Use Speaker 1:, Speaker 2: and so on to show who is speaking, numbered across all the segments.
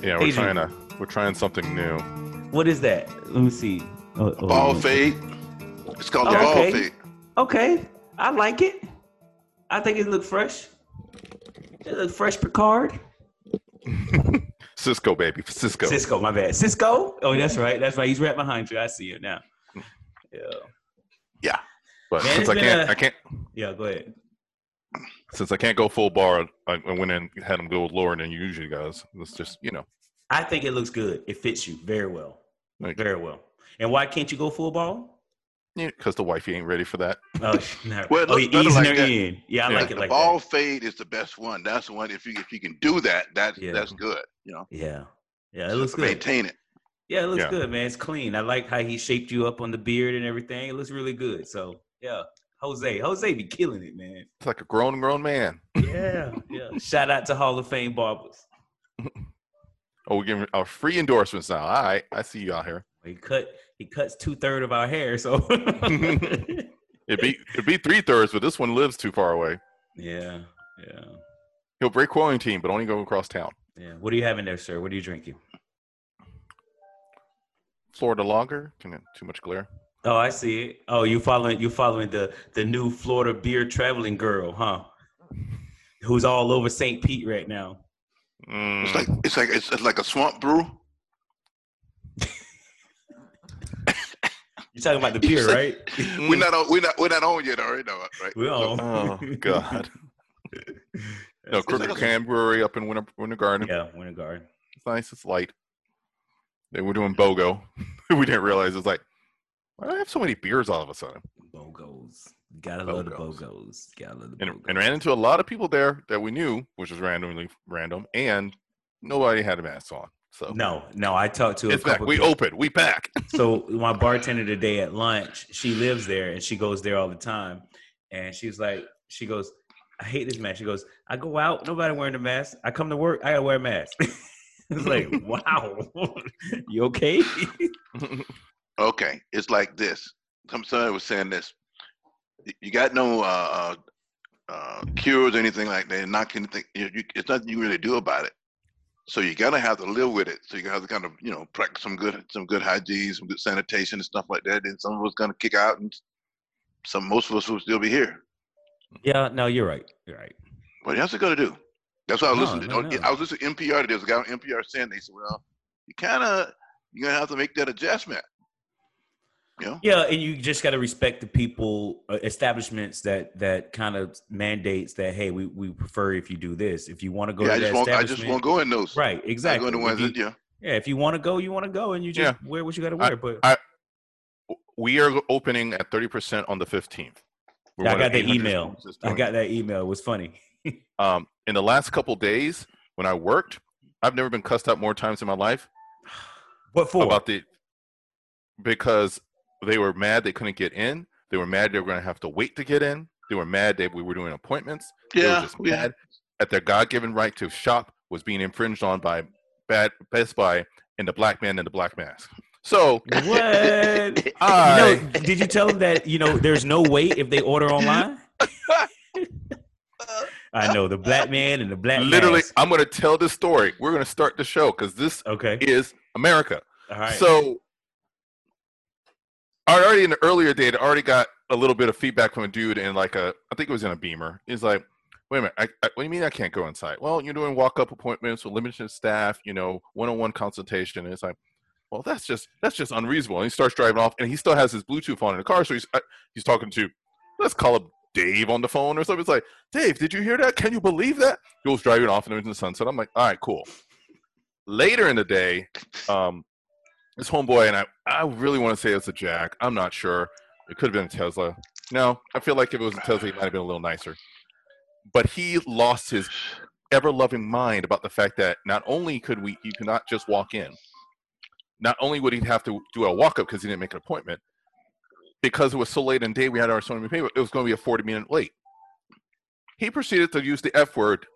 Speaker 1: Yeah, we're trying
Speaker 2: Adrian.
Speaker 1: to we're trying something new.
Speaker 2: What is that? Let me see. Oh, oh,
Speaker 3: Ball
Speaker 2: oh.
Speaker 3: fade. It's called the
Speaker 2: Okay.
Speaker 3: ball fade.
Speaker 2: Okay, I like it. I think it looked fresh. It looked fresh, Picard.
Speaker 1: Cisco baby, Cisco.
Speaker 2: Cisco, my bad. Cisco. Oh, that's right. That's right. He's right behind you. I see him now. Yeah.
Speaker 1: But
Speaker 2: Man,
Speaker 1: since
Speaker 2: it's
Speaker 1: I
Speaker 2: been
Speaker 1: can't,
Speaker 2: a-
Speaker 1: I can't
Speaker 2: Yeah. Go ahead.
Speaker 1: since I can't go full bar. I, I went and had him go lower than you usually guys. It's just you know
Speaker 2: I think it looks good. It fits you very well.
Speaker 1: Thank
Speaker 2: Very well. And why can't you go full ball?
Speaker 1: because the wifey ain't ready for that.
Speaker 2: Oh, sh- no.
Speaker 3: Well, it
Speaker 2: oh
Speaker 3: looks
Speaker 2: you
Speaker 3: better
Speaker 2: easing
Speaker 3: like
Speaker 2: her
Speaker 3: that.
Speaker 2: in. Yeah, I
Speaker 1: Yeah.
Speaker 2: like it
Speaker 3: the
Speaker 2: like
Speaker 3: ball
Speaker 2: that.
Speaker 3: fade is the best one. That's the one. If you if you can do that, that's
Speaker 2: Yeah.
Speaker 3: that's good. You know,
Speaker 2: Yeah. Yeah, it looks good.
Speaker 3: maintain it.
Speaker 2: Yeah, it looks
Speaker 1: Yeah.
Speaker 2: good, man. It's clean. I like how he shaped you up on the beard and everything. It looks really good. So yeah, Jose, Jose be killing it, man.
Speaker 1: It's like a grown grown man.
Speaker 2: Yeah, yeah. Shout out to Hall of Fame barbers.
Speaker 1: Oh, we're giving our free endorsements now. All right, I see you out here.
Speaker 2: He cut he cuts two third of our hair, so
Speaker 1: It be it be three thirds, but this one lives too far away.
Speaker 2: yeah, yeah,
Speaker 1: He'll break quarantine, but only go across town.
Speaker 2: yeah. What are you having there, sir? What are you drinking?
Speaker 1: Florida lager. Can it, too much glare?
Speaker 2: Oh, I see it. Oh, you following you following the the new Florida beer traveling girl, huh? Who's all over St. Pete right now?
Speaker 1: Mm,
Speaker 3: It's like it's like it's, it's like a swamp brew.
Speaker 2: You're talking about the
Speaker 3: You
Speaker 2: beer,
Speaker 3: said-
Speaker 2: right?
Speaker 1: Mm.
Speaker 3: We're not on. We're not. We're not on yet. Already know it, right?
Speaker 2: We all.
Speaker 1: oh God! No,
Speaker 2: That's
Speaker 3: Crook-
Speaker 1: Crooked
Speaker 2: exactly-
Speaker 1: Can Brewery up in Winter Winter Garden.
Speaker 2: Yeah, Winter Garden.
Speaker 1: It's nice. It's light. They were doing BOGO. we didn't realize it's like, why do I have so many beers all of a sudden?
Speaker 2: Bogos. Gotta love the
Speaker 1: Bogos.
Speaker 2: bogos. Gotta love the
Speaker 1: And,
Speaker 2: bogos.
Speaker 1: and ran into a lot of people there that we knew, which was randomly random, and nobody had a mask on. So
Speaker 2: no, no, I talked to a
Speaker 1: it's back.
Speaker 2: couple
Speaker 1: We
Speaker 2: people.
Speaker 1: open. We back.
Speaker 2: so my bartender today at lunch, she lives there and she goes there all the time. And she's like, she goes, I hate this mask. She goes, I go out, nobody wearing a mask. I come to work, I gotta wear a mask. it's like, wow, you okay?
Speaker 3: Okay. It's like this. Some somebody was saying this. Y- You got no uh, uh, cures or anything like that. Not anything. You, you, it's nothing you really do about it. So you gotta have to live with it. So you gotta have to kind of you know practice some good some good hygiene, some good sanitation and stuff like that. Then some of us gonna kick out, and some most of us will still be here.
Speaker 2: yeah, no, you're right. You're right.
Speaker 3: What else it gonna do? That's what I was
Speaker 2: No,
Speaker 3: listening
Speaker 2: no,
Speaker 3: to.
Speaker 2: no.
Speaker 3: I was listening to NPR. There's a guy on NPR saying they said, "Well, you kind of you're gonna have to make that adjustment." You know,
Speaker 2: Yeah, and you just got to respect the people, uh, establishments that that kind of mandates that hey, we, we prefer if you do this. If you want to go
Speaker 3: yeah.
Speaker 2: to
Speaker 3: I
Speaker 2: that
Speaker 3: just won't. I just
Speaker 2: establishment,
Speaker 3: won't go in those.
Speaker 2: right?
Speaker 3: I go
Speaker 2: Exactly.
Speaker 3: in the
Speaker 2: If
Speaker 3: ones
Speaker 2: you-
Speaker 3: that yeah.
Speaker 2: yeah, if you want to go, you want to go, and you just wear what you got to wear. but I,
Speaker 1: I- We are opening at 30% on the 15th. We're
Speaker 2: Yeah,
Speaker 1: one
Speaker 2: I
Speaker 1: of
Speaker 2: got the
Speaker 1: 800
Speaker 2: email.
Speaker 1: schools that's doing it.
Speaker 2: got that email. It was funny.
Speaker 1: um, in the last couple days when I worked, I've never been cussed out more times in my life
Speaker 2: What for?
Speaker 1: about the because they were mad they couldn't get in. They were mad they were going to have to wait to get in. They were mad that we were doing appointments. They were
Speaker 3: Yeah,
Speaker 1: just
Speaker 3: yeah.
Speaker 1: mad at their God-given right to shop was being infringed on by Bad Best Buy and the black man in the black mask. So
Speaker 2: what?
Speaker 1: I
Speaker 2: You know, did you tell them that you know there's no wait if they order online? I know the black man and the black
Speaker 1: literally,
Speaker 2: mask.
Speaker 1: I'm going to tell this story. We're going to start the show because this
Speaker 2: Okay,
Speaker 1: is America.
Speaker 2: all right.
Speaker 1: So, I already in the earlier date, I already got a little bit of feedback from a dude in like a, I think it was in a Beamer. He's like, "Wait a minute, I, I, what do you mean I can't go inside?" Well, you're doing walk-up appointments with limited staff, you know, one-on-one consultation. And it's like, well, that's just that's just unreasonable. And he starts driving off, and he still has his Bluetooth on in the car, so he's I, he's talking to, let's call him Dave on the phone or something. It's like, Dave, did you hear that? Can you believe that? He was driving off, and it was in the sunset. I'm like, all right, cool. Later in the day, um, this homeboy and I I really want to say it's a Jack. I'm not sure. It could have been a Tesla. No, I feel like if it was a Tesla, he might have been a little nicer. But he lost his ever loving mind about the fact that not only could we you could not just walk in, not only would he have to do a walk up because he didn't make an appointment, because it was so late in the day we had our so many people, it was gonna be a forty minute late. He proceeded to use the F word.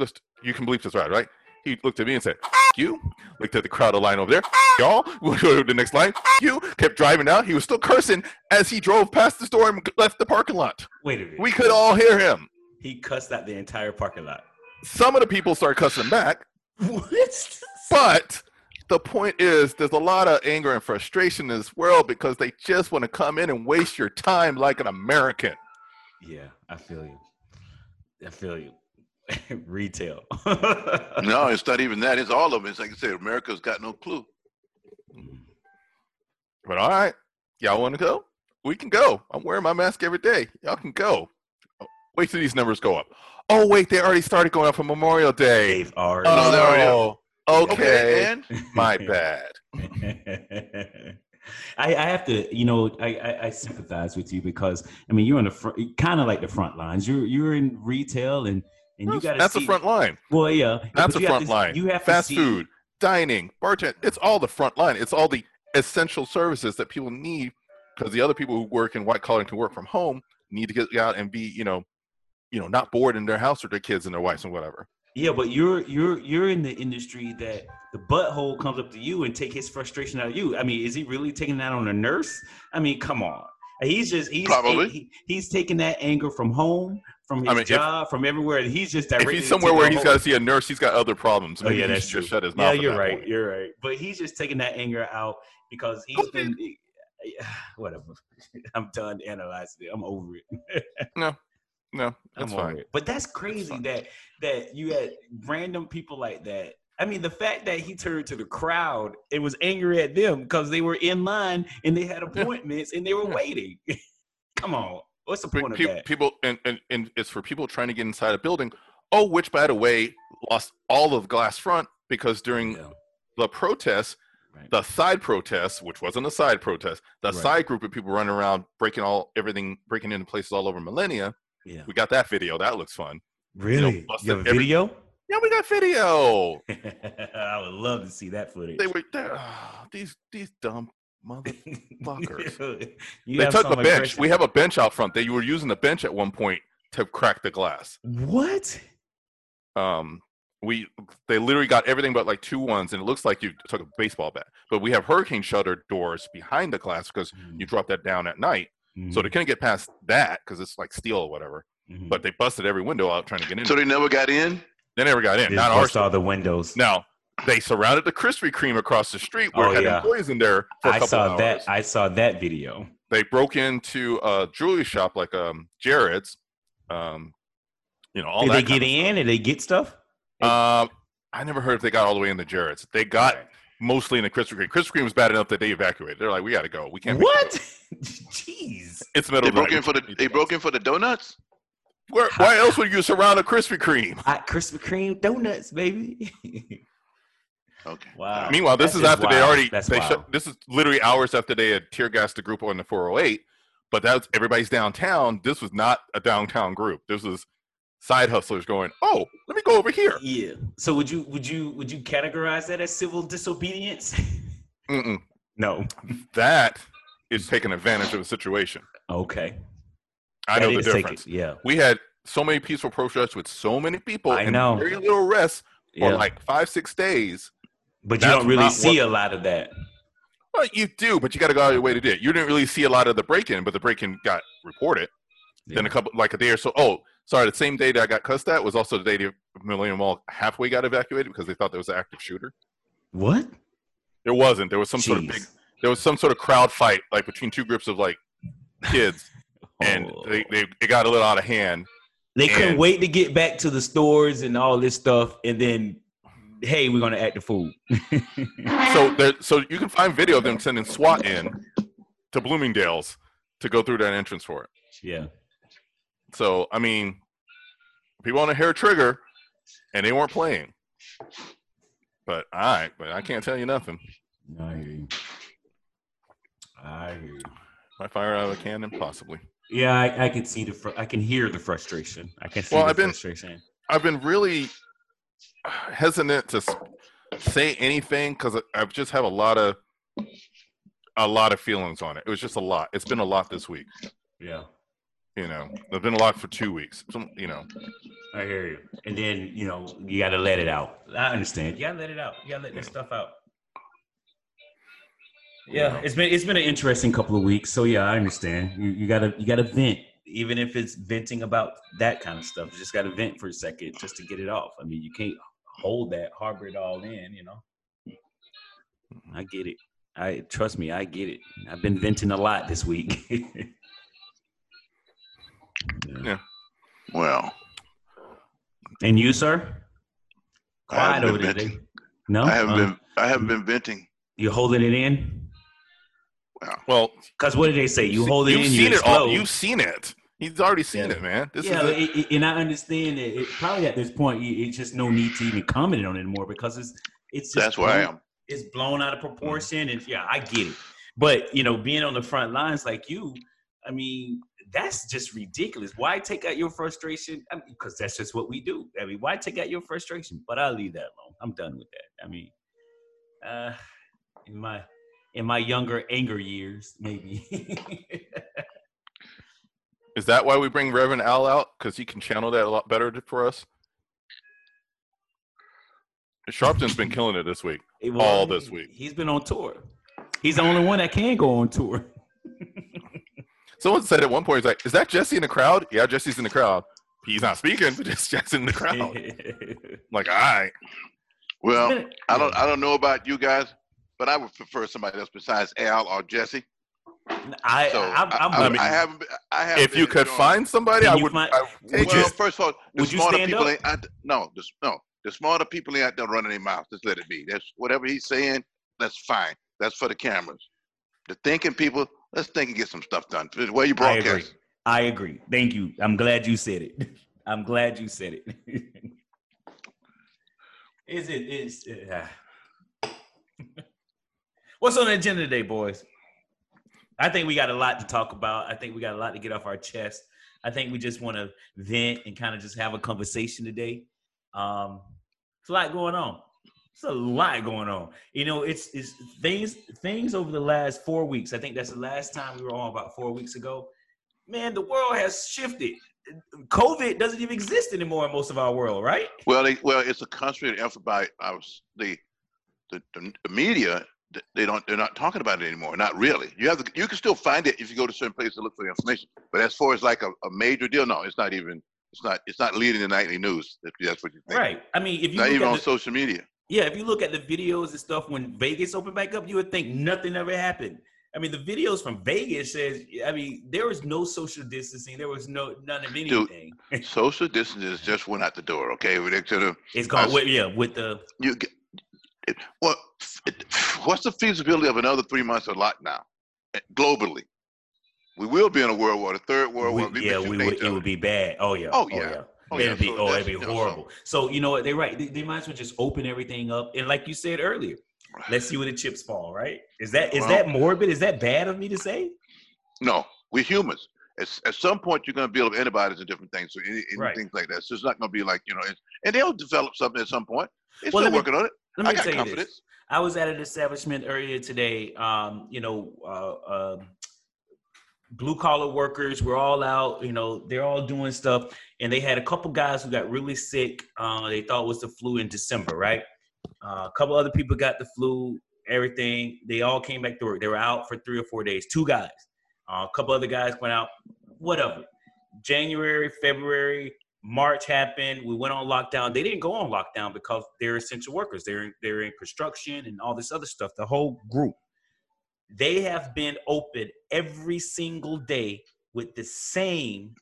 Speaker 1: Just you can believe this right, right? He looked at me and said, "F you looked at the crowd of line over there. Y'all, we'll go to the next line. You kept driving out. He was still cursing as he drove past the store and left the parking lot.
Speaker 2: wait a minute.
Speaker 1: We could all hear him.
Speaker 2: He cussed out the entire parking lot.
Speaker 1: Some of the people started cussing back.
Speaker 2: What?
Speaker 1: But the point is, there's a lot of anger and frustration in this world because they just want to come in and waste your time like an American.
Speaker 2: Yeah, I feel you. I feel you. Retail.
Speaker 3: No, it's not even that. It's all of it. It's like I said, America's got no clue.
Speaker 1: But all right, y'all want to go? We can go. I'm wearing my mask every day. Y'all can go. Oh, Wait till these numbers go up. Oh wait, they already started going up for Memorial Day.
Speaker 2: Dave already.
Speaker 1: Oh,
Speaker 3: they already up.
Speaker 1: okay.
Speaker 3: and
Speaker 1: My bad.
Speaker 2: I, I have to, you know, I, I, I sympathize with you because I mean you're on the front, kind of like the front lines. You're you're in retail and and you got to
Speaker 1: That's
Speaker 2: see,
Speaker 1: the front line.
Speaker 2: Well, yeah, but
Speaker 1: That's
Speaker 2: you
Speaker 1: the
Speaker 2: have
Speaker 1: front
Speaker 2: to-
Speaker 1: line.
Speaker 2: You have to
Speaker 1: Fast
Speaker 2: see-
Speaker 1: food, dining, bartend. It's all the front line. It's all the essential services that people need because the other people who work in white collar and can work from home need to get out and be, you know, you know, not bored in their house or their kids and their wives and whatever.
Speaker 2: Yeah, but you're you're you're in the industry that the butthole comes up to you and take his frustration out of you. I mean, is he really taking that on a nurse? I mean, come on. He's just he's
Speaker 3: Probably.
Speaker 2: he- he's taking that anger from home, from his
Speaker 1: I mean, if-
Speaker 2: job, from everywhere, and he's just directly
Speaker 1: if he's somewhere where he's
Speaker 2: got.
Speaker 1: got to see a nurse, he's got other problems.
Speaker 2: Oh,
Speaker 1: Maybe
Speaker 2: yeah,
Speaker 1: he
Speaker 2: that's
Speaker 1: should just
Speaker 2: true.
Speaker 1: shut his
Speaker 2: Yeah,
Speaker 1: mouth. at
Speaker 2: you're
Speaker 1: that
Speaker 2: right.
Speaker 1: point.
Speaker 2: You're right. But he's just taking that anger out because he's been whatever. I'm done analyzing it. I'm over it.
Speaker 1: No,
Speaker 2: I'm
Speaker 1: that's
Speaker 2: over
Speaker 1: fine.
Speaker 2: it. But that's crazy
Speaker 1: fine.
Speaker 2: that that you had random people like that. I mean, the fact that he turned to the crowd and was angry at them because they were in line and they had appointments and they were
Speaker 1: Yeah.
Speaker 2: waiting. Come on. What's the
Speaker 1: Pe-
Speaker 2: point of
Speaker 1: pe-
Speaker 2: that?
Speaker 1: People, and, and, and it's for people trying to get inside a building. Oh, which by the way, lost all of Glass Front because during
Speaker 2: Yeah,
Speaker 1: the protests,
Speaker 2: right.
Speaker 1: the side protests, which wasn't a side protest, the
Speaker 2: Right.
Speaker 1: side group of people running around breaking all everything, breaking into places all over Millennia.
Speaker 2: yeah.
Speaker 1: We got that video. That looks fun.
Speaker 2: Really?
Speaker 1: busted
Speaker 2: you have a
Speaker 1: every-
Speaker 2: video?
Speaker 1: Yeah, we got video.
Speaker 2: I would love to see that footage.
Speaker 1: They were there. these these dumb mother. Fuckers.
Speaker 2: You
Speaker 1: they
Speaker 2: have
Speaker 1: took
Speaker 2: some
Speaker 1: a bench.
Speaker 2: aggression.
Speaker 1: We have a bench out front. They were using the bench at one point to crack the glass.
Speaker 2: what?
Speaker 1: Um, we they literally got everything but like two ones, and it looks like you took a baseball bat. But we have hurricane shutter doors behind the glass because you drop that down at night,
Speaker 2: Mm-hmm.
Speaker 1: so they couldn't get past that because it's like steel or whatever.
Speaker 2: Mhm.
Speaker 1: But they busted every window out trying to get in.
Speaker 3: So they never got in.
Speaker 1: they never got in.
Speaker 2: They
Speaker 1: Not
Speaker 2: bust
Speaker 1: our
Speaker 2: all the windows.
Speaker 1: Now they surrounded the Krispy Kreme across the street where
Speaker 2: Oh,
Speaker 1: it had
Speaker 2: yeah.
Speaker 1: employees in there for a
Speaker 2: I
Speaker 1: couple
Speaker 2: saw
Speaker 1: hours.
Speaker 2: that. I saw that video.
Speaker 1: they broke into a jewelry shop like um Jared's. Um, you know, all
Speaker 2: Did
Speaker 1: that.
Speaker 2: they
Speaker 1: kind
Speaker 2: get in? Did they get stuff? in?
Speaker 1: of- Um, I never heard if they got all the way into Jared's. They got
Speaker 2: Right.
Speaker 1: mostly in the Krispy Kreme. Krispy Kreme was bad enough that they evacuated. They're like, we got to go. We can't. be-
Speaker 2: What? Jeez.
Speaker 1: It's middle.
Speaker 3: They
Speaker 1: of the
Speaker 3: broke in
Speaker 1: night.
Speaker 3: for the. They broke in for the donuts.
Speaker 1: Where, why else would you surround a Krispy Kreme?
Speaker 2: Hot Krispy Kreme donuts, baby.
Speaker 3: Okay.
Speaker 2: wow.
Speaker 1: Meanwhile, this
Speaker 2: That's
Speaker 1: is
Speaker 2: just
Speaker 1: after they
Speaker 2: wild.
Speaker 1: already.
Speaker 2: That's
Speaker 1: they
Speaker 2: wild.
Speaker 1: shut, this is literally hours after they had tear gassed the group on the 408. But that's everybody's downtown. This was not a downtown group. This was side hustlers going. Oh, let me go over here.
Speaker 2: yeah. So would you would you would you categorize that as civil disobedience?
Speaker 1: Mm-mm.
Speaker 2: no.
Speaker 1: That is taking advantage of the situation.
Speaker 2: Okay.
Speaker 1: I
Speaker 2: That
Speaker 1: know the
Speaker 2: is taken-
Speaker 1: difference.
Speaker 2: Yeah.
Speaker 1: We had so many peaceful protests with so many people
Speaker 2: I
Speaker 1: and
Speaker 2: know.
Speaker 1: very little rest for
Speaker 2: Yeah.
Speaker 1: like five, six days.
Speaker 2: but you
Speaker 1: that's
Speaker 2: don't really
Speaker 1: not
Speaker 2: see a lot of that.
Speaker 1: Well, you do, but you got to go out of your way to do it. You didn't really see a lot of the break-in, but the break-in got reported. Then a
Speaker 2: Yeah.
Speaker 1: couple, like a day or so. Oh, sorry. The same day that I got cussed at was also the day the Millennium Mall halfway got evacuated because they thought there was an active shooter.
Speaker 2: What?
Speaker 1: There wasn't. There was some sort of big.
Speaker 2: Jeez.
Speaker 1: There was some sort of crowd fight, like between two groups of like kids, and
Speaker 2: Oh.
Speaker 1: they, they it got a little out of hand.
Speaker 2: They couldn't
Speaker 1: And-
Speaker 2: wait to get back to the stores and all this stuff, and then, hey, we're gonna act the fool.
Speaker 1: So there, so you can find video of them sending SWAT in to Bloomingdale's to go through that entrance for it.
Speaker 2: yeah,
Speaker 1: So I mean, people on a hair trigger, and they weren't playing. But I, but I can't tell you nothing.
Speaker 2: I hear you. I hear you.
Speaker 1: I fire out of a cannon, possibly.
Speaker 2: Yeah, I, I can see the. Fr- I can hear the frustration. I can see
Speaker 1: Well,
Speaker 2: the
Speaker 1: I've been-
Speaker 2: frustration.
Speaker 1: I've been really hesitant to s- say anything because I've just have a lot of a lot of feelings on it. It was just a lot. It's been a lot this week.
Speaker 2: Yeah,
Speaker 1: You know, there's been a lot for two weeks. Some, you know,
Speaker 2: I hear you. And then you know you got to let it out. I understand. You got to let it out. You got to let this stuff out. Yeah, it's been it's been an interesting couple of weeks. So yeah, I understand. You you gotta you gotta vent, even if it's venting about that kind of stuff. You just gotta vent for a second just to get it off. I mean, you can't hold that, harbor it all in, you know. I get it. I trust me, I get it. I've been venting a lot this week. Yeah.
Speaker 3: Well,
Speaker 2: And you, sir?
Speaker 3: I haven't
Speaker 2: Quiet
Speaker 3: been
Speaker 2: over there.
Speaker 3: venting.
Speaker 2: Dave. No,
Speaker 3: I haven't
Speaker 2: Uh,
Speaker 3: been I haven't been venting.
Speaker 2: You holding it in?
Speaker 1: Well,
Speaker 2: Cause what did they say? You
Speaker 1: se-
Speaker 2: hold it
Speaker 1: you've
Speaker 2: in,
Speaker 1: seen
Speaker 2: you
Speaker 1: it all.
Speaker 2: explode.
Speaker 1: You've seen it. He's already seen
Speaker 2: Yeah.
Speaker 1: it, man. This
Speaker 2: yeah,
Speaker 1: is a-
Speaker 2: it- it- and I understand it. it. Probably at this point, it- it's just no need to even comment on it anymore because it's it's just
Speaker 3: That's where I
Speaker 2: blown-
Speaker 3: am.
Speaker 2: It's blown out of proportion, and yeah, I get it. But you know, being on the front lines like you, I mean, that's just ridiculous. Why take out your frustration? I mean, because that's just what we do. I mean, why take out your frustration? But I'll leave that alone. I'm done with that. I mean, uh, in my in my younger anger years, maybe.
Speaker 1: is that why we bring Reverend Al out? Because he can channel that a lot better to- for us. Sharpton's been killing it this week.
Speaker 2: It
Speaker 1: all this week.
Speaker 2: He's been on tour. He's the only one that can go on tour.
Speaker 1: Someone said at one point, he's like, "Is that Jesse in the crowd?" Yeah, Jesse's in the crowd. He's not speaking, but it's Jesse in the crowd. I'm like, all right.
Speaker 3: Well, I don't I don't know about you guys, but I would prefer somebody else besides Al or Jesse.
Speaker 2: I,
Speaker 3: So
Speaker 2: I'm,
Speaker 3: I,
Speaker 2: I'm
Speaker 3: I,
Speaker 2: with you.
Speaker 3: I haven't. been- I have.
Speaker 1: If you could find somebody,
Speaker 2: Can
Speaker 1: I
Speaker 2: you
Speaker 1: would.
Speaker 2: find-
Speaker 1: I
Speaker 2: Would
Speaker 1: would
Speaker 3: well,
Speaker 2: you-
Speaker 3: first of all, the
Speaker 2: would you
Speaker 3: smarter
Speaker 2: stand
Speaker 3: people
Speaker 2: up?
Speaker 3: ain't. I, no, the, s- no. The smarter people ain't out there running their mouths. Just let it be. That's whatever he's saying. That's fine. That's for the cameras. The thinking people. Let's think and get some stuff done. Where
Speaker 2: I
Speaker 3: you broadcast?
Speaker 2: agree. I agree. Thank you. I'm glad you said it. I'm glad you said it. Is it is uh, What's on the agenda today, boys? I think we got a lot to talk about. I think we got a lot to get off our chest. I think we just want to vent and kind of just have a conversation today. Um, it's a lot going on. It's a lot going on. You know, it's it's things things over the last four weeks. I think that's the last time we were on about four weeks ago. Man, the world has shifted. COVID doesn't even exist anymore in most of our world, right?
Speaker 3: Well, they, well, it's a concentrated effort by our, s- the, the the the media. th- They don't. They're not talking about it anymore. Not really. You have. To, you can still find it if you go to certain places to look for the information. But as far as like a, a major deal, no, it's not even. It's not. It's not leading the nightly news. If that's what you think.
Speaker 2: Right. I mean, if you
Speaker 3: Not
Speaker 2: look
Speaker 3: even
Speaker 2: at
Speaker 3: on
Speaker 2: the-
Speaker 3: social media.
Speaker 2: Yeah, if you look at the videos and stuff when Vegas opened back up, you would think nothing ever happened. I mean, the videos from Vegas says, I mean, there was no social distancing. There was no none of anything.
Speaker 3: Social distances just went out the door. Okay, When they sort of-
Speaker 2: It's gone.
Speaker 3: I-
Speaker 2: With, yeah, with the
Speaker 3: you get, it, what it- what's the feasibility of another three months of lockdown eh, globally? We will be in a world war, the third world
Speaker 2: we-
Speaker 3: war. We've been
Speaker 2: yeah, we
Speaker 3: shooting
Speaker 2: would
Speaker 3: each
Speaker 2: it
Speaker 3: other.
Speaker 2: would be bad. Oh yeah.
Speaker 3: Oh, yeah. Oh, yeah,
Speaker 2: it'd be
Speaker 3: so
Speaker 2: oh, it'd
Speaker 3: that's-
Speaker 2: be
Speaker 3: you know, so-
Speaker 2: horrible. So you know what? They're right. They, they might as well just open everything up and, like you said earlier, let's see where the chips fall. Right? Is that is
Speaker 3: Well-
Speaker 2: that morbid? Is that bad of me to say?
Speaker 3: No, we're humans. At, at some point, you're going to build up antibodies and different things, so any, any
Speaker 2: Right.
Speaker 3: things like that. So it's not going to be like you know, it's, and they'll develop something at some point. They're
Speaker 2: Well, let
Speaker 3: still
Speaker 2: me-
Speaker 3: working on it.
Speaker 2: Let me
Speaker 3: I got
Speaker 2: tell you this.
Speaker 3: confidence.
Speaker 2: I was at an establishment earlier today. Um, you know, uh, um blue collar workers were all out. You know, they're all doing stuff, and they had a couple guys who got really sick. Uh, they thought was the flu in December, right? Uh, a couple other people got the flu. Everything. They all came back to work. They were out for three or four days. Two guys. Uh, a couple other guys went out. Whatever. January, February, March happened. We went on lockdown. They didn't go on lockdown because they're essential workers. They're they're in construction and all this other stuff. The whole group. They have been open every single day with the same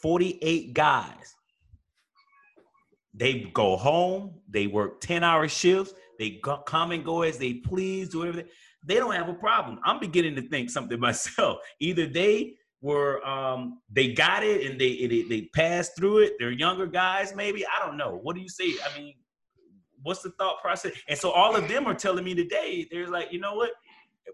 Speaker 2: 48 guys. They go home, they work 10-hour shifts, they go, come and go as they please, do whatever. They, they don't have a problem. I'm beginning to think something myself. Either they were um they got it and they they, they passed through it they're younger guys maybe i don't know what do you say i mean what's the thought process and so all of them are telling me today they're like you know what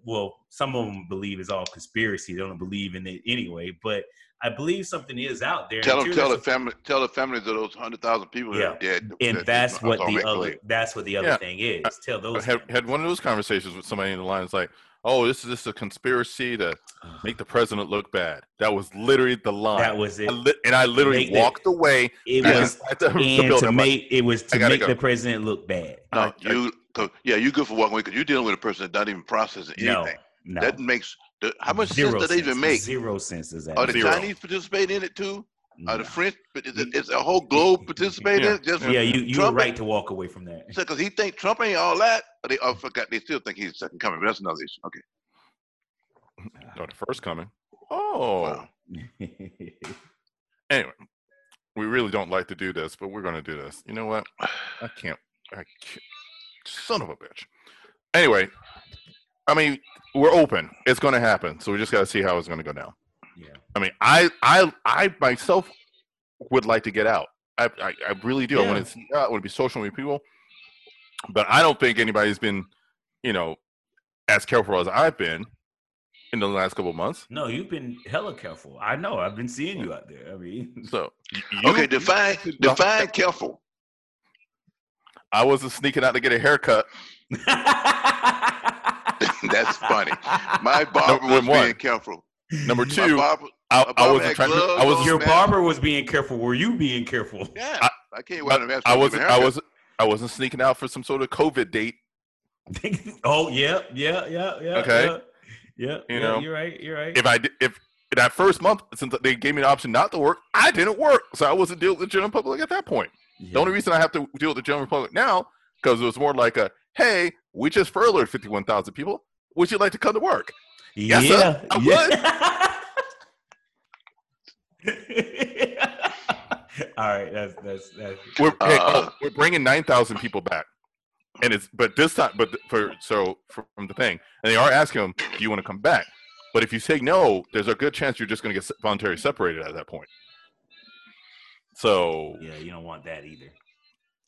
Speaker 2: well some of them believe it's all conspiracy they don't believe in it anyway but i believe something is out there
Speaker 3: Tell
Speaker 2: And
Speaker 3: them,
Speaker 2: you're
Speaker 3: tell the
Speaker 2: just-
Speaker 3: family, tell the families of those hundred thousand people that are dead.
Speaker 2: and
Speaker 3: that-
Speaker 2: that's
Speaker 3: that's
Speaker 2: what the
Speaker 3: already
Speaker 2: other
Speaker 3: late.
Speaker 2: that's what the other
Speaker 1: Yeah.
Speaker 2: thing is tell those
Speaker 1: had,
Speaker 2: families.
Speaker 1: had one of those conversations with somebody in the line. It's like, oh, this is just a conspiracy to make the president look bad. That was literally the line.
Speaker 2: that was it
Speaker 1: I li- and I literally
Speaker 2: Make the-
Speaker 1: walked away.
Speaker 2: it
Speaker 1: back
Speaker 2: was
Speaker 1: inside the, the
Speaker 2: and
Speaker 1: building.
Speaker 2: to
Speaker 1: I'm like,
Speaker 2: make it was
Speaker 1: I
Speaker 2: to
Speaker 1: gotta
Speaker 2: make
Speaker 1: go.
Speaker 2: the president look bad
Speaker 3: No,
Speaker 1: I- I-
Speaker 3: you, 'cause- yeah, you good for walking away because you're dealing with a person that not even processing
Speaker 2: no
Speaker 3: anything.
Speaker 2: no
Speaker 3: That makes the, how much
Speaker 2: Zero
Speaker 3: sense do they even make?
Speaker 2: Zero sense is that.
Speaker 3: Are the
Speaker 1: Zero.
Speaker 3: Chinese participating in it too? Are the French? Is, it, is the whole globe participating? in it? Just
Speaker 2: yeah, you you were
Speaker 3: Trump-
Speaker 2: right to walk away from that.
Speaker 3: because he think Trump ain't all that. But they, oh, forgot they still think he's second coming. But that's another issue. Okay.
Speaker 1: Or the first coming. Oh,
Speaker 3: Wow.
Speaker 1: anyway, we really don't like to do this, but we're going to do this. You know what? I can't. I can't. Son of a bitch. Anyway, I mean, we're open. It's going to happen. So we just got to see how it's going to go down.
Speaker 2: yeah.
Speaker 1: I mean, I, I, I myself would like to get out. I, I, I really do. I
Speaker 2: Yeah.
Speaker 1: want to see. I want to be social with people. But I don't think anybody's been, you know, as careful as I've been in the last couple of months.
Speaker 2: No, you've been hella careful. I know. I've been seeing you out there. I mean,
Speaker 1: So y- you-
Speaker 3: Okay. Define define careful.
Speaker 1: I wasn't sneaking out to get a haircut.
Speaker 3: That's funny. My barber
Speaker 1: Number
Speaker 3: was
Speaker 1: one,
Speaker 3: being careful.
Speaker 1: Number
Speaker 3: My
Speaker 1: two,
Speaker 3: barber-
Speaker 1: I, I
Speaker 3: barber
Speaker 1: wasn't
Speaker 3: had
Speaker 1: trying. To, I
Speaker 3: gloves
Speaker 1: wasn't.
Speaker 2: Your
Speaker 3: man.
Speaker 2: barber was being careful. Were you being careful?
Speaker 3: yeah.
Speaker 1: I-
Speaker 3: I, can't wear a mask.
Speaker 1: I
Speaker 3: for a
Speaker 1: wasn't. I
Speaker 3: haircut.
Speaker 1: wasn't. I wasn't sneaking out for some sort of COVID date.
Speaker 2: oh yeah, yeah, yeah, yeah.
Speaker 1: Okay.
Speaker 2: Yeah. Yeah,
Speaker 1: You
Speaker 2: yeah,
Speaker 1: know,
Speaker 2: you're right. You're right.
Speaker 1: If I did, if that first month, since they gave me an option not to work, I didn't work, so I wasn't dealing with the general public at that point. The only reason I have to deal with the general public now because it was more like a, "Hey, we just furloughed fifty-one thousand people. Would you like to come to work?"
Speaker 2: yeah,
Speaker 1: Yes, sir, I
Speaker 2: All right, that's that's that's
Speaker 1: We're hey,
Speaker 3: Uh.
Speaker 1: oh, we're bringing nine thousand people back, and it's but this time, but th- for so from the thing, and they are asking them, "Do you want to come back?" But if you say no, there's a good chance you're just going to get se- voluntarily separated at that point. So,
Speaker 2: yeah. You don't want that either.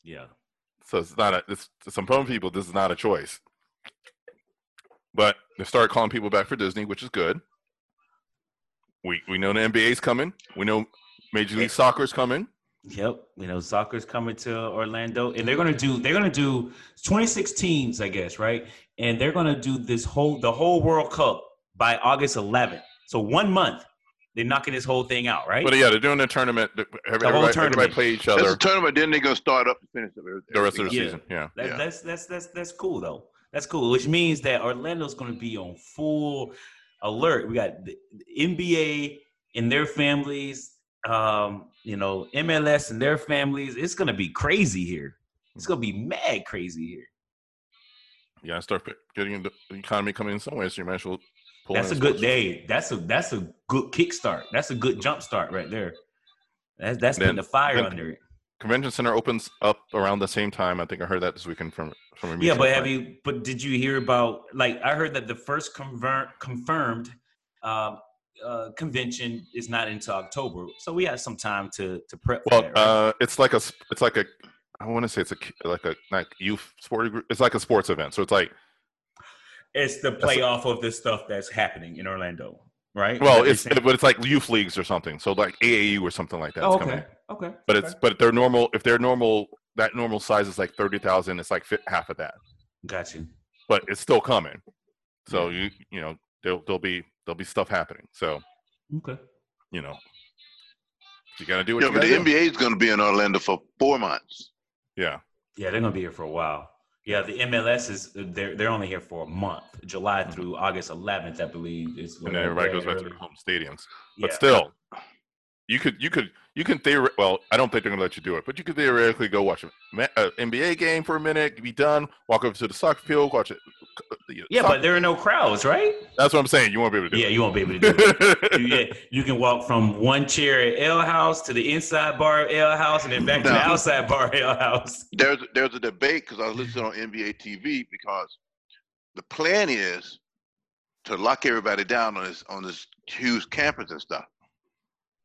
Speaker 2: Yeah.
Speaker 1: so it's not a. It's, to some Poem people, this is not a choice. But they start calling people back for Disney, which is good. We we know the NBA's coming. We know Major League Soccer's coming.
Speaker 2: Yep, you know soccer's coming to Orlando, and they're gonna do they're gonna do 26 teams, I guess, right? And they're gonna do this whole the whole World Cup by August 11th. So one month, they're knocking this whole thing out, right?
Speaker 1: But yeah, they're doing a tournament. that- Everybody, everybody
Speaker 2: tournament.
Speaker 1: play each
Speaker 3: That's
Speaker 1: other
Speaker 3: the tournament. Then they're gonna start up and finish up everything.
Speaker 1: the rest of the
Speaker 2: Yeah.
Speaker 1: season. Yeah.
Speaker 2: That,
Speaker 3: Yeah.
Speaker 2: That's that's that's that's cool though. That's cool, which means that Orlando's going to be on full alert. We got the the NBA and their families, um, you know, MLS and their families. It's going to be crazy here. It's going to be mad crazy here.
Speaker 1: You gotta start getting the the economy coming in somewhere, so you might as well pull.
Speaker 2: That's a
Speaker 1: in
Speaker 2: good
Speaker 1: sports.
Speaker 2: day. That's a that's a good kickstart. That's a good jump start right there. That's that's
Speaker 1: Then-
Speaker 2: putting the fire
Speaker 1: then-
Speaker 2: under it.
Speaker 1: Convention center opens up around the same time. I think I heard that this weekend from from a
Speaker 2: Yeah,
Speaker 1: mutual
Speaker 2: but have
Speaker 1: friend.
Speaker 2: you? But did you hear about? Like, I heard that the first conver- confirmed uh, uh, convention is not until October, so we have some time to to prep. for
Speaker 1: Well,
Speaker 2: that, right?
Speaker 1: uh, it's like a s- it's like a I want to say it's a ki- like a like youth sporting group. It's like a sports event, so it's like
Speaker 2: it's the playoff of the stuff that's happening in Orlando, right?
Speaker 1: well,
Speaker 2: That they
Speaker 1: it's
Speaker 2: saying-
Speaker 1: but it's like youth leagues or something. So like AAU or something like that's
Speaker 2: Oh,
Speaker 1: coming.
Speaker 2: okay, okay,
Speaker 1: But
Speaker 2: okay.
Speaker 1: it's but their normal if their normal that normal size is like thirty thousand. It's like fit, half of that,
Speaker 2: got you.
Speaker 1: but it's still coming.
Speaker 2: Hmm.
Speaker 1: So you you know there'll there'll be there'll be stuff happening. So
Speaker 2: Okay,
Speaker 1: you know you gotta do what
Speaker 3: Yeah,
Speaker 1: you
Speaker 3: but
Speaker 1: gotta
Speaker 3: the
Speaker 1: do.
Speaker 3: NBA is gonna be in Orlando for four months.
Speaker 1: Yeah.
Speaker 2: yeah, they're gonna be here for a while. Yeah, the MLS is they're they're only here for a month, July through August 11th, I believe. Is when
Speaker 1: Mm-hmm. And then
Speaker 2: they're
Speaker 1: everybody goes back to
Speaker 2: early.
Speaker 1: their home stadiums. But
Speaker 2: Yeah.
Speaker 1: still, you could, you could, you can theoretically, well, I don't think they're going to let you do it, but you could theoretically go watch an NBA game for a minute, be done, walk over to the soccer field, watch it.
Speaker 2: yeah, but there are no crowds, right?
Speaker 1: that's what I'm saying. You won't be able to do
Speaker 2: Yeah, you won't be able to do it.
Speaker 1: it.
Speaker 2: you, yeah, you can walk from one chair at L House to the inside bar of L House and then back to the
Speaker 3: No.
Speaker 2: outside bar at L House.
Speaker 3: There's there's a debate because I was listening on NBA TV because the plan is to lock everybody down on this on this huge campus and stuff.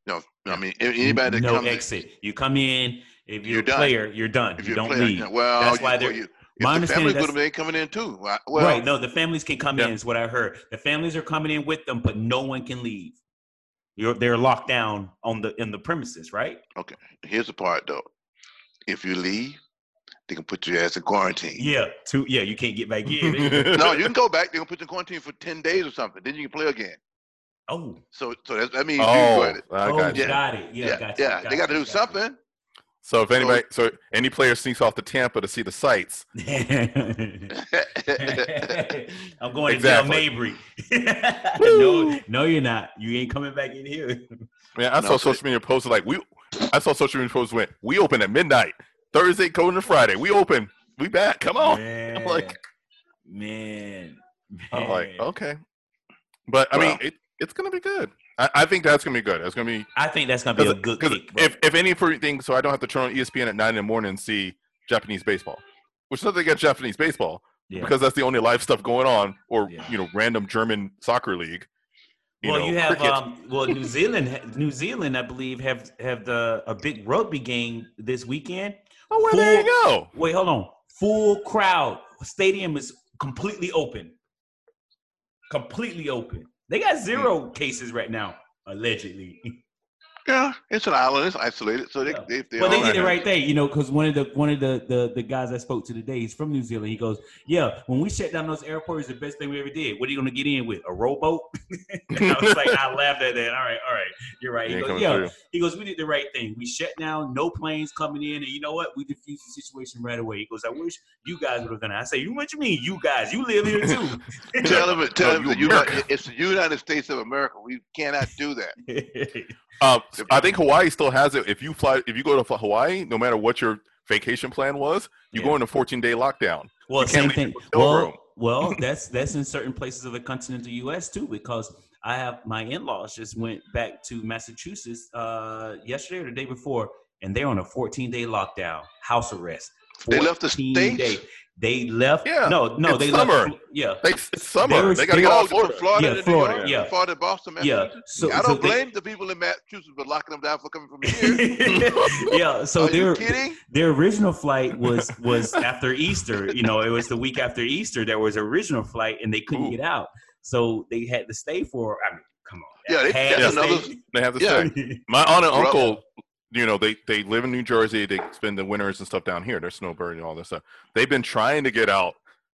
Speaker 3: No, I mean a- anybody that
Speaker 2: no
Speaker 3: comes,
Speaker 2: exit. You come in. If you're,
Speaker 3: You're
Speaker 2: a
Speaker 3: done.
Speaker 2: player, you're done.
Speaker 3: if
Speaker 2: you
Speaker 3: you're
Speaker 2: don't
Speaker 3: playing,
Speaker 2: leave.
Speaker 3: yeah, well,
Speaker 2: That's
Speaker 3: you-
Speaker 2: why
Speaker 3: well,
Speaker 2: they're-
Speaker 3: you,
Speaker 2: my
Speaker 3: if the
Speaker 2: understanding
Speaker 3: family's
Speaker 2: that's-
Speaker 3: going to be coming in too. Well, well,
Speaker 2: right. No, the families can come
Speaker 1: Yeah.
Speaker 2: in, is what I heard. The families are coming in with them, but no one can leave. You're, they're locked down on the in the premises, right?
Speaker 3: here's the part though: if you leave, they can put your ass in quarantine.
Speaker 2: Yeah. Two yeah, you can't get back in.
Speaker 3: No, you can go back. They're gonna put you in quarantine for ten days or something. Then you can play again.
Speaker 2: oh.
Speaker 3: So, so that's, that means you
Speaker 1: oh,
Speaker 3: got it.
Speaker 1: I
Speaker 2: oh,
Speaker 1: got you.
Speaker 3: Yeah.
Speaker 2: got it. Yeah,
Speaker 3: Yeah,
Speaker 2: got you,
Speaker 3: yeah.
Speaker 2: got
Speaker 3: they got to
Speaker 2: you,
Speaker 3: do
Speaker 2: got you.
Speaker 3: something.
Speaker 1: So if anybody, so any player sneaks off to Tampa to see the sights,
Speaker 2: I'm
Speaker 1: Exactly.
Speaker 2: going to jail, Mabry. no, no, you're not. You ain't coming back in here.
Speaker 1: man, I
Speaker 3: No,
Speaker 1: saw
Speaker 3: but-
Speaker 1: social media posts like we, I saw social media posts went, we open at midnight Thursday, going to Friday, we open, we back, come on.
Speaker 2: man,
Speaker 1: Oh, I'm like-
Speaker 2: man,
Speaker 1: I'm like, oh.
Speaker 2: man.
Speaker 1: okay, but I mean,
Speaker 3: Well.
Speaker 1: it, it's gonna be good. I, I think that's gonna be good. That's gonna be
Speaker 2: I think that's gonna be
Speaker 1: Because
Speaker 2: a good kick. bro.
Speaker 1: if, if any thing, so I don't have to turn on E ESPN at nine in the morning and see Japanese baseball, which is nothing against Japanese baseball
Speaker 2: Yeah.
Speaker 1: because that's the only live stuff going on, or
Speaker 2: Yeah.
Speaker 1: you know, random German soccer league. You
Speaker 2: well,
Speaker 1: know,
Speaker 2: you have
Speaker 1: cricket.
Speaker 2: um, well New Zealand, ha- New Zealand, I believe have have the a big rugby game this weekend.
Speaker 1: oh, well, there you go.
Speaker 2: Wait, hold on, full crowd stadium is completely open, completely open. They got
Speaker 1: Hmm.
Speaker 2: zero cases right now, allegedly.
Speaker 3: Yeah, it's an island. It's isolated, so they
Speaker 2: Yeah.
Speaker 3: they, they
Speaker 2: Well, they
Speaker 3: all
Speaker 2: did
Speaker 3: right.
Speaker 2: the right thing, you know, because one of the one of the, the the guys I spoke to today, he's from New Zealand. He goes, "Yeah, when we shut down those airports, the best thing we ever did. What are you going to get in with? A rowboat?" And I was like, I laughed at that. All right, all right, you're right. He
Speaker 1: Yeah,
Speaker 2: goes,
Speaker 1: coming
Speaker 2: "Yeah,
Speaker 1: through.
Speaker 2: he goes, we did the right thing. We shut down, no planes coming in, and you know what? We defused the situation right away." He goes, "I wish you guys would have done it." I say, "You what you mean, you guys? You live here too."
Speaker 3: Tell them,
Speaker 1: No,
Speaker 3: tell them,
Speaker 1: you
Speaker 3: that you got-
Speaker 1: America.
Speaker 3: it's the United States of America. We cannot do that.
Speaker 1: Uh, I think Hawaii still has it. If you fly, if you go to Hawaii, no matter what your vacation plan was, you
Speaker 2: Yeah.
Speaker 1: go into 14 day lockdown.
Speaker 2: Well,
Speaker 1: You can't
Speaker 2: same
Speaker 1: leave
Speaker 2: thing.
Speaker 1: your hotel room.
Speaker 2: Well, well, that's that's in certain places of the continental U.S. too, because I have my in-laws just went back to Massachusetts uh, yesterday or the day before, and they're on a 14-day lockdown, house arrest.
Speaker 3: They left the
Speaker 2: 14
Speaker 3: states?
Speaker 2: day- They left.
Speaker 1: Yeah,
Speaker 2: No, no,
Speaker 1: it's
Speaker 2: they
Speaker 1: summer.
Speaker 2: left. Yeah.
Speaker 1: They, it's summer.
Speaker 2: were-
Speaker 1: They got to
Speaker 2: they
Speaker 1: get
Speaker 3: Oh,
Speaker 1: out
Speaker 3: to
Speaker 1: of Florida.
Speaker 3: Florida,
Speaker 2: Yeah,
Speaker 3: to New
Speaker 2: Florida,
Speaker 3: York,
Speaker 2: yeah.
Speaker 3: Florida, Boston,
Speaker 2: Yeah.
Speaker 3: Massachusetts.
Speaker 2: So
Speaker 3: I
Speaker 2: so
Speaker 3: don't
Speaker 2: they-
Speaker 3: blame the people in Massachusetts for locking them down for coming from here.
Speaker 2: yeah. So
Speaker 3: Are you
Speaker 2: they're
Speaker 3: kidding?
Speaker 2: their original flight was was after Easter. You know, it was the week after Easter. There was original flight, and they couldn't
Speaker 1: Ooh.
Speaker 2: get out, so they had to stay for. I mean, come on.
Speaker 3: Yeah, they-
Speaker 2: Had
Speaker 3: that's
Speaker 2: to
Speaker 3: another-
Speaker 2: stay.
Speaker 1: They have to
Speaker 3: Yeah.
Speaker 1: stay. My aunt and
Speaker 3: Rough.
Speaker 1: uncle, you know, they they live in New Jersey. They spend the winters and stuff down here. They're snowbird and all this stuff. They've been trying to get out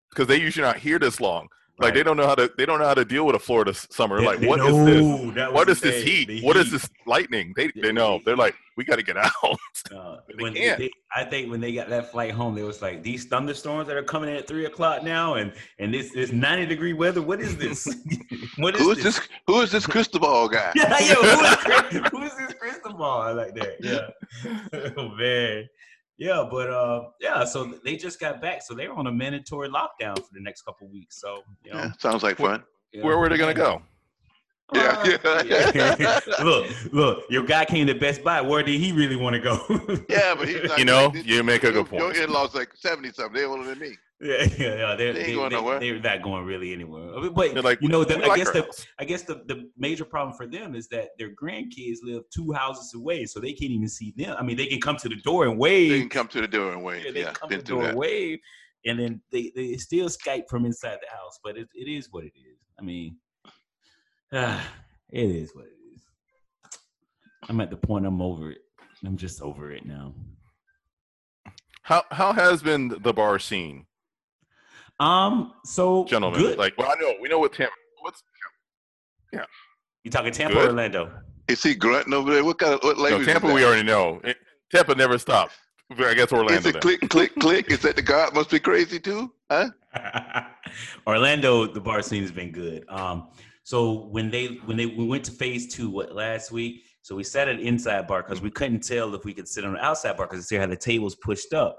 Speaker 1: because they usually not here this long. Like they don't know how to they don't know how to deal with a Florida s- summer.
Speaker 2: They-
Speaker 1: like
Speaker 2: they
Speaker 1: what is
Speaker 2: know
Speaker 1: this?
Speaker 2: that was
Speaker 1: What
Speaker 2: the
Speaker 1: is this
Speaker 2: thing,
Speaker 1: heat?
Speaker 2: the
Speaker 1: What is
Speaker 2: heat.
Speaker 1: this lightning? They
Speaker 2: Yeah.
Speaker 1: they know. They're like we got to get out.
Speaker 2: Uh,
Speaker 1: They
Speaker 2: when
Speaker 1: can't.
Speaker 2: they, I think when they got that flight home, they was like, "These thunderstorms that are coming in at three o'clock now, and and this this ninety degree weather. What is this? what is
Speaker 3: Who is this? Who is this Cristobal guy?
Speaker 2: yeah, yeah. Who is, Chris- who is this crystal ball I like that? Yeah. oh man. Yeah, but uh, yeah. So they just got back, so they're on a mandatory lockdown for the next couple weeks. So you know,
Speaker 3: Yeah, sounds like fun.
Speaker 2: yeah.
Speaker 1: Where were they gonna go?
Speaker 3: Yeah, yeah.
Speaker 2: look, look. Your guy came to Best Buy. Where did he really want to go?
Speaker 3: Yeah, but he's like,
Speaker 1: You know,
Speaker 3: like,
Speaker 1: you make a good
Speaker 3: Your
Speaker 1: point.
Speaker 3: in-laws like seventy something. They older than me.
Speaker 2: yeah, yeah, yeah. They're,
Speaker 3: They ain't going nowhere.
Speaker 2: They're not going really anywhere. I mean, But
Speaker 1: They're like
Speaker 2: you know, the,
Speaker 1: "We
Speaker 2: I
Speaker 1: like
Speaker 2: guess
Speaker 1: our
Speaker 2: the
Speaker 1: house."
Speaker 2: I guess the, the major problem for them is that their grandkids live two houses away, so they can't even see them. I mean, they can come to the door and
Speaker 3: They
Speaker 2: wave.
Speaker 3: can come to the door and wait.
Speaker 2: Yeah,
Speaker 3: Yeah,
Speaker 2: they come to
Speaker 3: been
Speaker 2: the
Speaker 3: through
Speaker 2: door
Speaker 3: that.
Speaker 2: and wave, and then they, they still Skype from inside the house. But it, it is what it is. I mean, ah, it is what it is. I'm at the point I'm over it. I'm just over it now.
Speaker 1: How how has been the bar scene,
Speaker 2: Um, so
Speaker 1: gentlemen?
Speaker 2: good.
Speaker 1: Like, well, I know we know what Tampa. What's
Speaker 2: you talking Tampa, or
Speaker 1: good.
Speaker 2: Orlando?
Speaker 3: Is he grunting over there? What kind of what
Speaker 1: no,
Speaker 3: language?
Speaker 1: Tampa?
Speaker 3: is that?
Speaker 1: We already know. It, Tampa never stopped. I guess Orlando.
Speaker 3: Is it
Speaker 1: then.
Speaker 3: click, click, click? Is that the guard must be crazy too? Huh?
Speaker 2: Orlando, the bar scene has been good. Um, so when they when they we went to phase two what last week, so we sat at an inside bar because we couldn't tell if we could sit on the outside bar because they had the tables pushed up,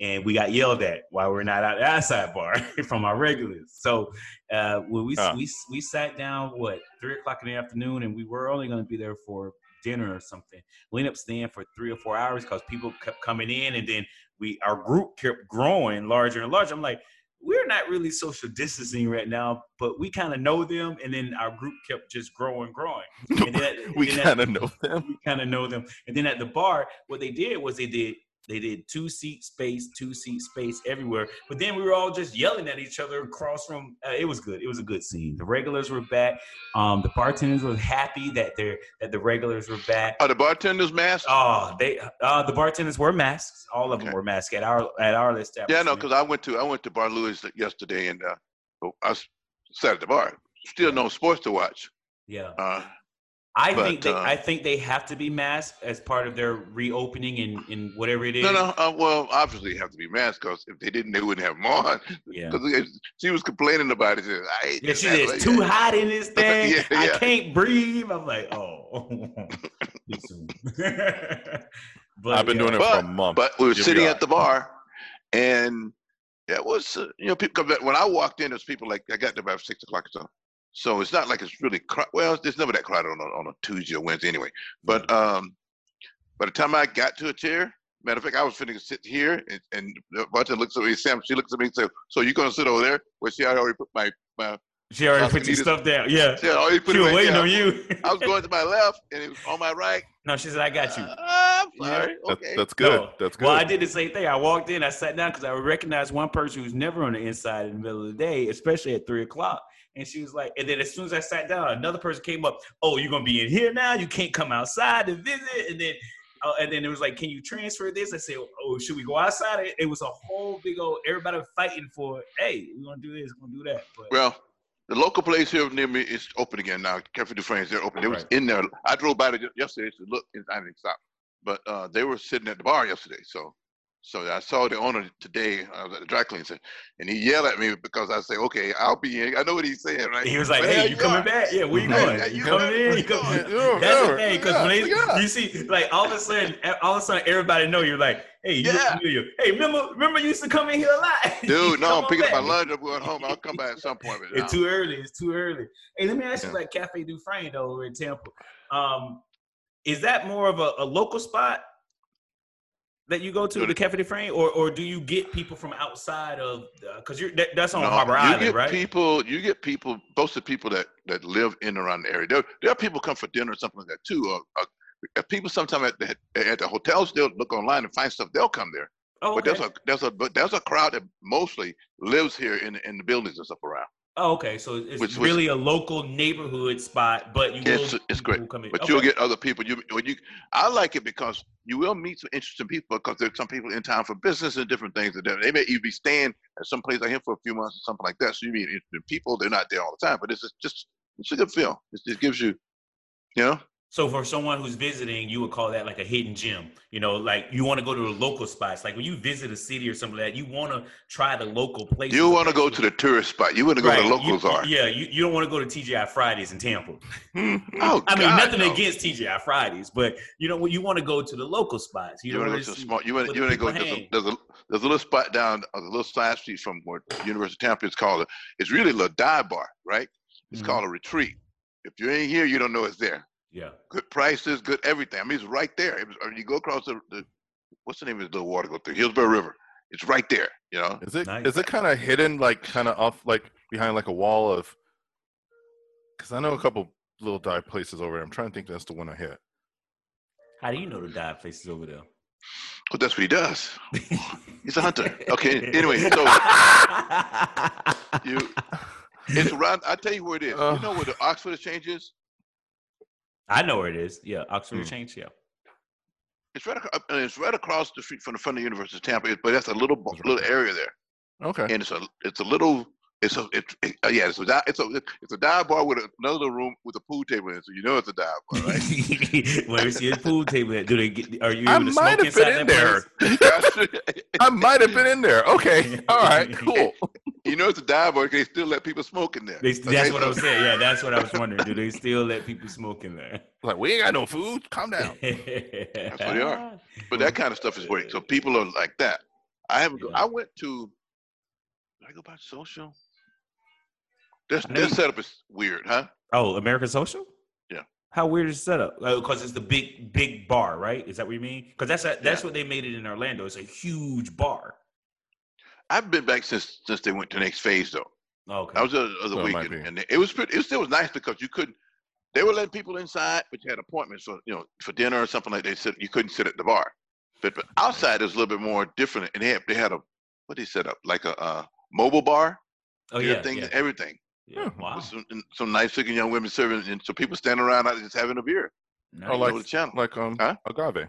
Speaker 2: and we got yelled at while we're not out the outside bar from our regulars. So uh, when we,
Speaker 1: Huh.
Speaker 2: we we sat down what three o'clock in the afternoon, and we were only going to be there for dinner or something. We ended up staying for three or four hours because people kept coming in, and then we our group kept growing larger and larger. I'm like we're not really social distancing right now, but we kind of know them. And then our group kept just growing, growing. And then,
Speaker 1: we
Speaker 2: and then
Speaker 1: kind of know them.
Speaker 2: we kind of know them. And then at the bar, what they did was they did they did two seat space, two seat space everywhere. But then we were all just yelling at each other across from. Uh, it was good. It was a good scene. The regulars were back. Um, the bartenders were happy that they are that the regulars were back.
Speaker 3: Are the bartenders masked?
Speaker 2: Oh, they uh, the bartenders wore masks. All of them
Speaker 3: Okay.
Speaker 2: were masked at our at our
Speaker 3: yeah,
Speaker 2: establishment.
Speaker 3: no, because I went to I went to Bar Louis yesterday and uh, I s- sat at the bar. Still no sports to watch.
Speaker 2: yeah.
Speaker 3: Uh,
Speaker 2: I
Speaker 3: But,
Speaker 2: think they,
Speaker 3: uh,
Speaker 2: I think they have to be masked as part of their reopening and, and whatever it is.
Speaker 3: No, no. Uh, well, obviously you have to be masked because if they didn't, they wouldn't have them on.
Speaker 2: Yeah.
Speaker 3: 'Cause she was complaining about it. She said, I hate
Speaker 2: Yeah,
Speaker 3: this
Speaker 2: she
Speaker 3: mask."
Speaker 2: said
Speaker 3: Like,
Speaker 2: it's too hot in this thing.
Speaker 3: Yeah,
Speaker 2: I
Speaker 3: yeah.
Speaker 2: can't breathe. I'm like, oh. Too soon. but
Speaker 1: I've been doing it
Speaker 3: But-
Speaker 1: for a month.
Speaker 3: But we were
Speaker 1: You'll be
Speaker 3: sitting
Speaker 1: all
Speaker 3: at the bar, and that was uh, you know people. 'cause When I walked in, there's people like I got there about six o'clock or something. So it's not like it's really cro- well. It's never that crowded on a, on a Tuesday or Wednesday anyway. But
Speaker 2: Mm-hmm.
Speaker 3: um, by the time I got to a chair, matter of fact, I was finna sit here, and, and the bartender looks at me. Sam, she looks at me and says, "So you gonna sit over there?" Well, she had already put my
Speaker 2: she already
Speaker 3: I
Speaker 2: put your
Speaker 3: needed-
Speaker 2: stuff down. Yeah.
Speaker 3: she had already put
Speaker 2: She
Speaker 3: it
Speaker 2: was
Speaker 3: right
Speaker 2: waiting
Speaker 3: there.
Speaker 2: on you.
Speaker 3: I was going to my left, and it was on my right.
Speaker 2: no, she said, I got you.
Speaker 3: Uh, I'm
Speaker 2: Yeah.
Speaker 3: sorry.
Speaker 1: That-
Speaker 3: okay.
Speaker 1: that's good.
Speaker 2: No.
Speaker 1: That's good.
Speaker 2: Well, I did the same thing. I walked in, I sat down because I recognized one person who's never on the inside in the middle of the day, especially at three o'clock. And she was like, and then as soon as I sat down, another person came up. Oh, you're gonna be in here now. You can't come outside to visit. And then, uh, and then it was like, can you transfer this? I said, oh, should we go outside? It, it was a whole big old everybody fighting for. Hey, we're gonna do this. We're gonna do that. But
Speaker 3: Well, the local place here near me is open again now. Cafe Dufresne's, they're open. They was
Speaker 2: Right.
Speaker 3: in there. I drove by there ju- yesterday to look, and I didn't stop. But uh, they were sitting at the bar yesterday, so so I saw the owner today. I was at the dry cleaners, and he yelled at me because I say, "Okay, I'll be in." I know what he's saying, right?
Speaker 2: he was like,
Speaker 3: But
Speaker 2: hey,
Speaker 3: hell,
Speaker 2: you coming
Speaker 3: are.
Speaker 2: back? Yeah, where you
Speaker 3: Hey,
Speaker 2: going?
Speaker 3: yeah,
Speaker 2: you
Speaker 3: you
Speaker 2: coming
Speaker 3: going.
Speaker 2: in? You
Speaker 3: Where you
Speaker 2: coming?
Speaker 3: going?
Speaker 1: Yeah,
Speaker 2: That's
Speaker 1: yeah,
Speaker 2: the thing, because
Speaker 1: yeah,
Speaker 2: when they,
Speaker 1: yeah.
Speaker 2: you see, like all of a sudden, e, all of a sudden, everybody know you're like, hey, you look
Speaker 3: Yeah.
Speaker 2: familiar. Hey, remember, remember, you used to come in here a lot,
Speaker 3: Dude, no,
Speaker 2: Come
Speaker 3: I'm
Speaker 2: on
Speaker 3: picking up my
Speaker 2: back.
Speaker 3: lunch. I'm going home. I'll come back at some point. But
Speaker 2: It's
Speaker 3: no.
Speaker 2: too early. It's too early. Hey, let me ask you,
Speaker 1: Yeah.
Speaker 2: like Cafe Dufresne though, over in Tampa, um, is that more of a, a local spot that you go to,
Speaker 3: Dude.
Speaker 2: the Cafe Dufresne, or or do you get people from outside of? Because you're that, that's on
Speaker 3: No,
Speaker 2: Harbor
Speaker 3: you
Speaker 2: Island,
Speaker 3: get
Speaker 2: right?
Speaker 3: people. You get people. Most of the people that that live in and around the area. There, there are people come for dinner or something like that too. Or, or people sometimes at the, at the hotels they'll look online and find stuff. They'll come there.
Speaker 2: oh,
Speaker 3: But there's a there's a but there's a crowd that mostly lives here in in the buildings and stuff around.
Speaker 2: Oh, okay. So it's
Speaker 3: Which- which-
Speaker 2: really a local neighborhood spot, but you
Speaker 3: It's-
Speaker 2: will
Speaker 3: it's
Speaker 2: you
Speaker 3: great,
Speaker 2: will come in.
Speaker 3: But
Speaker 2: Okay.
Speaker 3: you'll get other people. You when you I like it because you will meet some interesting people because there's some people in town for business and different things. And they may even be staying at some place like here for a few months or something like that. So you meet interesting people. They're not there all the time, but it's just, just it's a good feel. It, it gives you, you know.
Speaker 2: so for someone who's visiting, you would call that like a hidden gem. You know, like you want to go to the local spots. Like when you visit a city or something like that, you want to try the local places.
Speaker 3: You want to go to the tourist spot. You want to go where the
Speaker 2: you-
Speaker 3: locals are.
Speaker 2: Yeah, you, you don't want to go to TGI Fridays in Tampa.
Speaker 3: Oh,
Speaker 2: I mean,
Speaker 3: God,
Speaker 2: nothing
Speaker 3: no.
Speaker 2: against TGI Fridays, but you know, you want to go to the local spots. You,
Speaker 3: You
Speaker 2: don't
Speaker 3: want to
Speaker 2: want
Speaker 3: go to a small. You want
Speaker 2: where
Speaker 3: to. You
Speaker 2: the
Speaker 3: want to go.
Speaker 2: people hang.
Speaker 3: There's a, there's a there's a little spot down. uh, There's a little side street from what University of Tampa is called. It's really a little dive bar, right? It's
Speaker 1: Mm-hmm.
Speaker 2: Mhm.
Speaker 3: called a retreat. If you ain't here, you don't know it's there.
Speaker 2: Yeah.
Speaker 3: Good prices, good everything. I mean, it's right there. It was, I mean, you go across the, the what's the name of the little water go through Hillsborough River. It's right there. You know.
Speaker 1: Is it
Speaker 2: Nice.
Speaker 1: is it kind of hidden, like kind of off, like behind like a wall of? Because I know a couple little dive places over there. I'm trying to think. That's the one I hit.
Speaker 2: How do you know the dive places over there?
Speaker 3: Well, that's what he does. He's a hunter. Okay. Anyway, so you it's around. I tell you where it is.
Speaker 1: Uh.
Speaker 3: you know where the Oxford Exchange is?
Speaker 2: I know where it is. Yeah, Oxford
Speaker 1: Hmm.
Speaker 2: Exchange. Yeah.
Speaker 3: It's right. Across, it's right across the street from the front of the University of Tampa. It- But that's a little bu-
Speaker 1: That's right
Speaker 3: little area there.
Speaker 1: Okay.
Speaker 3: and it's a it's a little it's a it, it- uh, yeah it's a di- it's a it's a dive bar with another little room with a pool table in it, so you know it's a dive bar, right?
Speaker 2: when we see a pool table, do they get? Are you
Speaker 1: I
Speaker 2: able to
Speaker 1: might have
Speaker 2: smoke inside
Speaker 1: been in
Speaker 2: that
Speaker 1: there.
Speaker 2: place?
Speaker 1: I might have been in there. Okay. All right. Cool.
Speaker 3: you know it's a dive bar. 'cause They still let people smoke in there.
Speaker 2: They, that's
Speaker 3: Okay,
Speaker 2: what
Speaker 3: so-
Speaker 2: I was saying. Yeah, that's what I was wondering. Do they still let people smoke in there?
Speaker 1: Like we ain't got no food. Calm down.
Speaker 2: that's
Speaker 3: what they are. But that kind of stuff is great. So people are like that. I haven't. go
Speaker 2: Yeah.
Speaker 3: I went to. Did I go by social? Their,
Speaker 2: I know
Speaker 3: their
Speaker 2: you-
Speaker 3: setup is weird, huh?
Speaker 2: Oh, American Social.
Speaker 3: Yeah.
Speaker 2: How weird is the setup? Because it's the big, big bar, right? Is that what you mean? Because that's a, that's what they made it in Orlando. It's a huge bar.
Speaker 3: I've been back since since they went to the next phase though.
Speaker 2: Oh, Okay.
Speaker 3: I was there the other
Speaker 1: So it
Speaker 3: week,
Speaker 1: might
Speaker 3: and,
Speaker 1: be.
Speaker 3: and it was pretty. It was, it was nice because you couldn't. They were letting people inside, but you had appointments for you know for dinner or something like that. So you couldn't sit at the bar, but, but outside it was a little bit more different. And they had they had a what they set up like a uh, mobile bar,
Speaker 2: oh
Speaker 3: your
Speaker 2: yeah.
Speaker 3: thing,
Speaker 2: yeah.
Speaker 3: everything.
Speaker 2: yeah.
Speaker 1: Hmm.
Speaker 2: Wow.
Speaker 3: With some, and some nice looking young women serving, and so people standing around out just having a beer
Speaker 2: Nice.
Speaker 1: Oh,
Speaker 3: over
Speaker 1: like
Speaker 3: the channel.
Speaker 1: like um
Speaker 3: Huh?
Speaker 1: agave.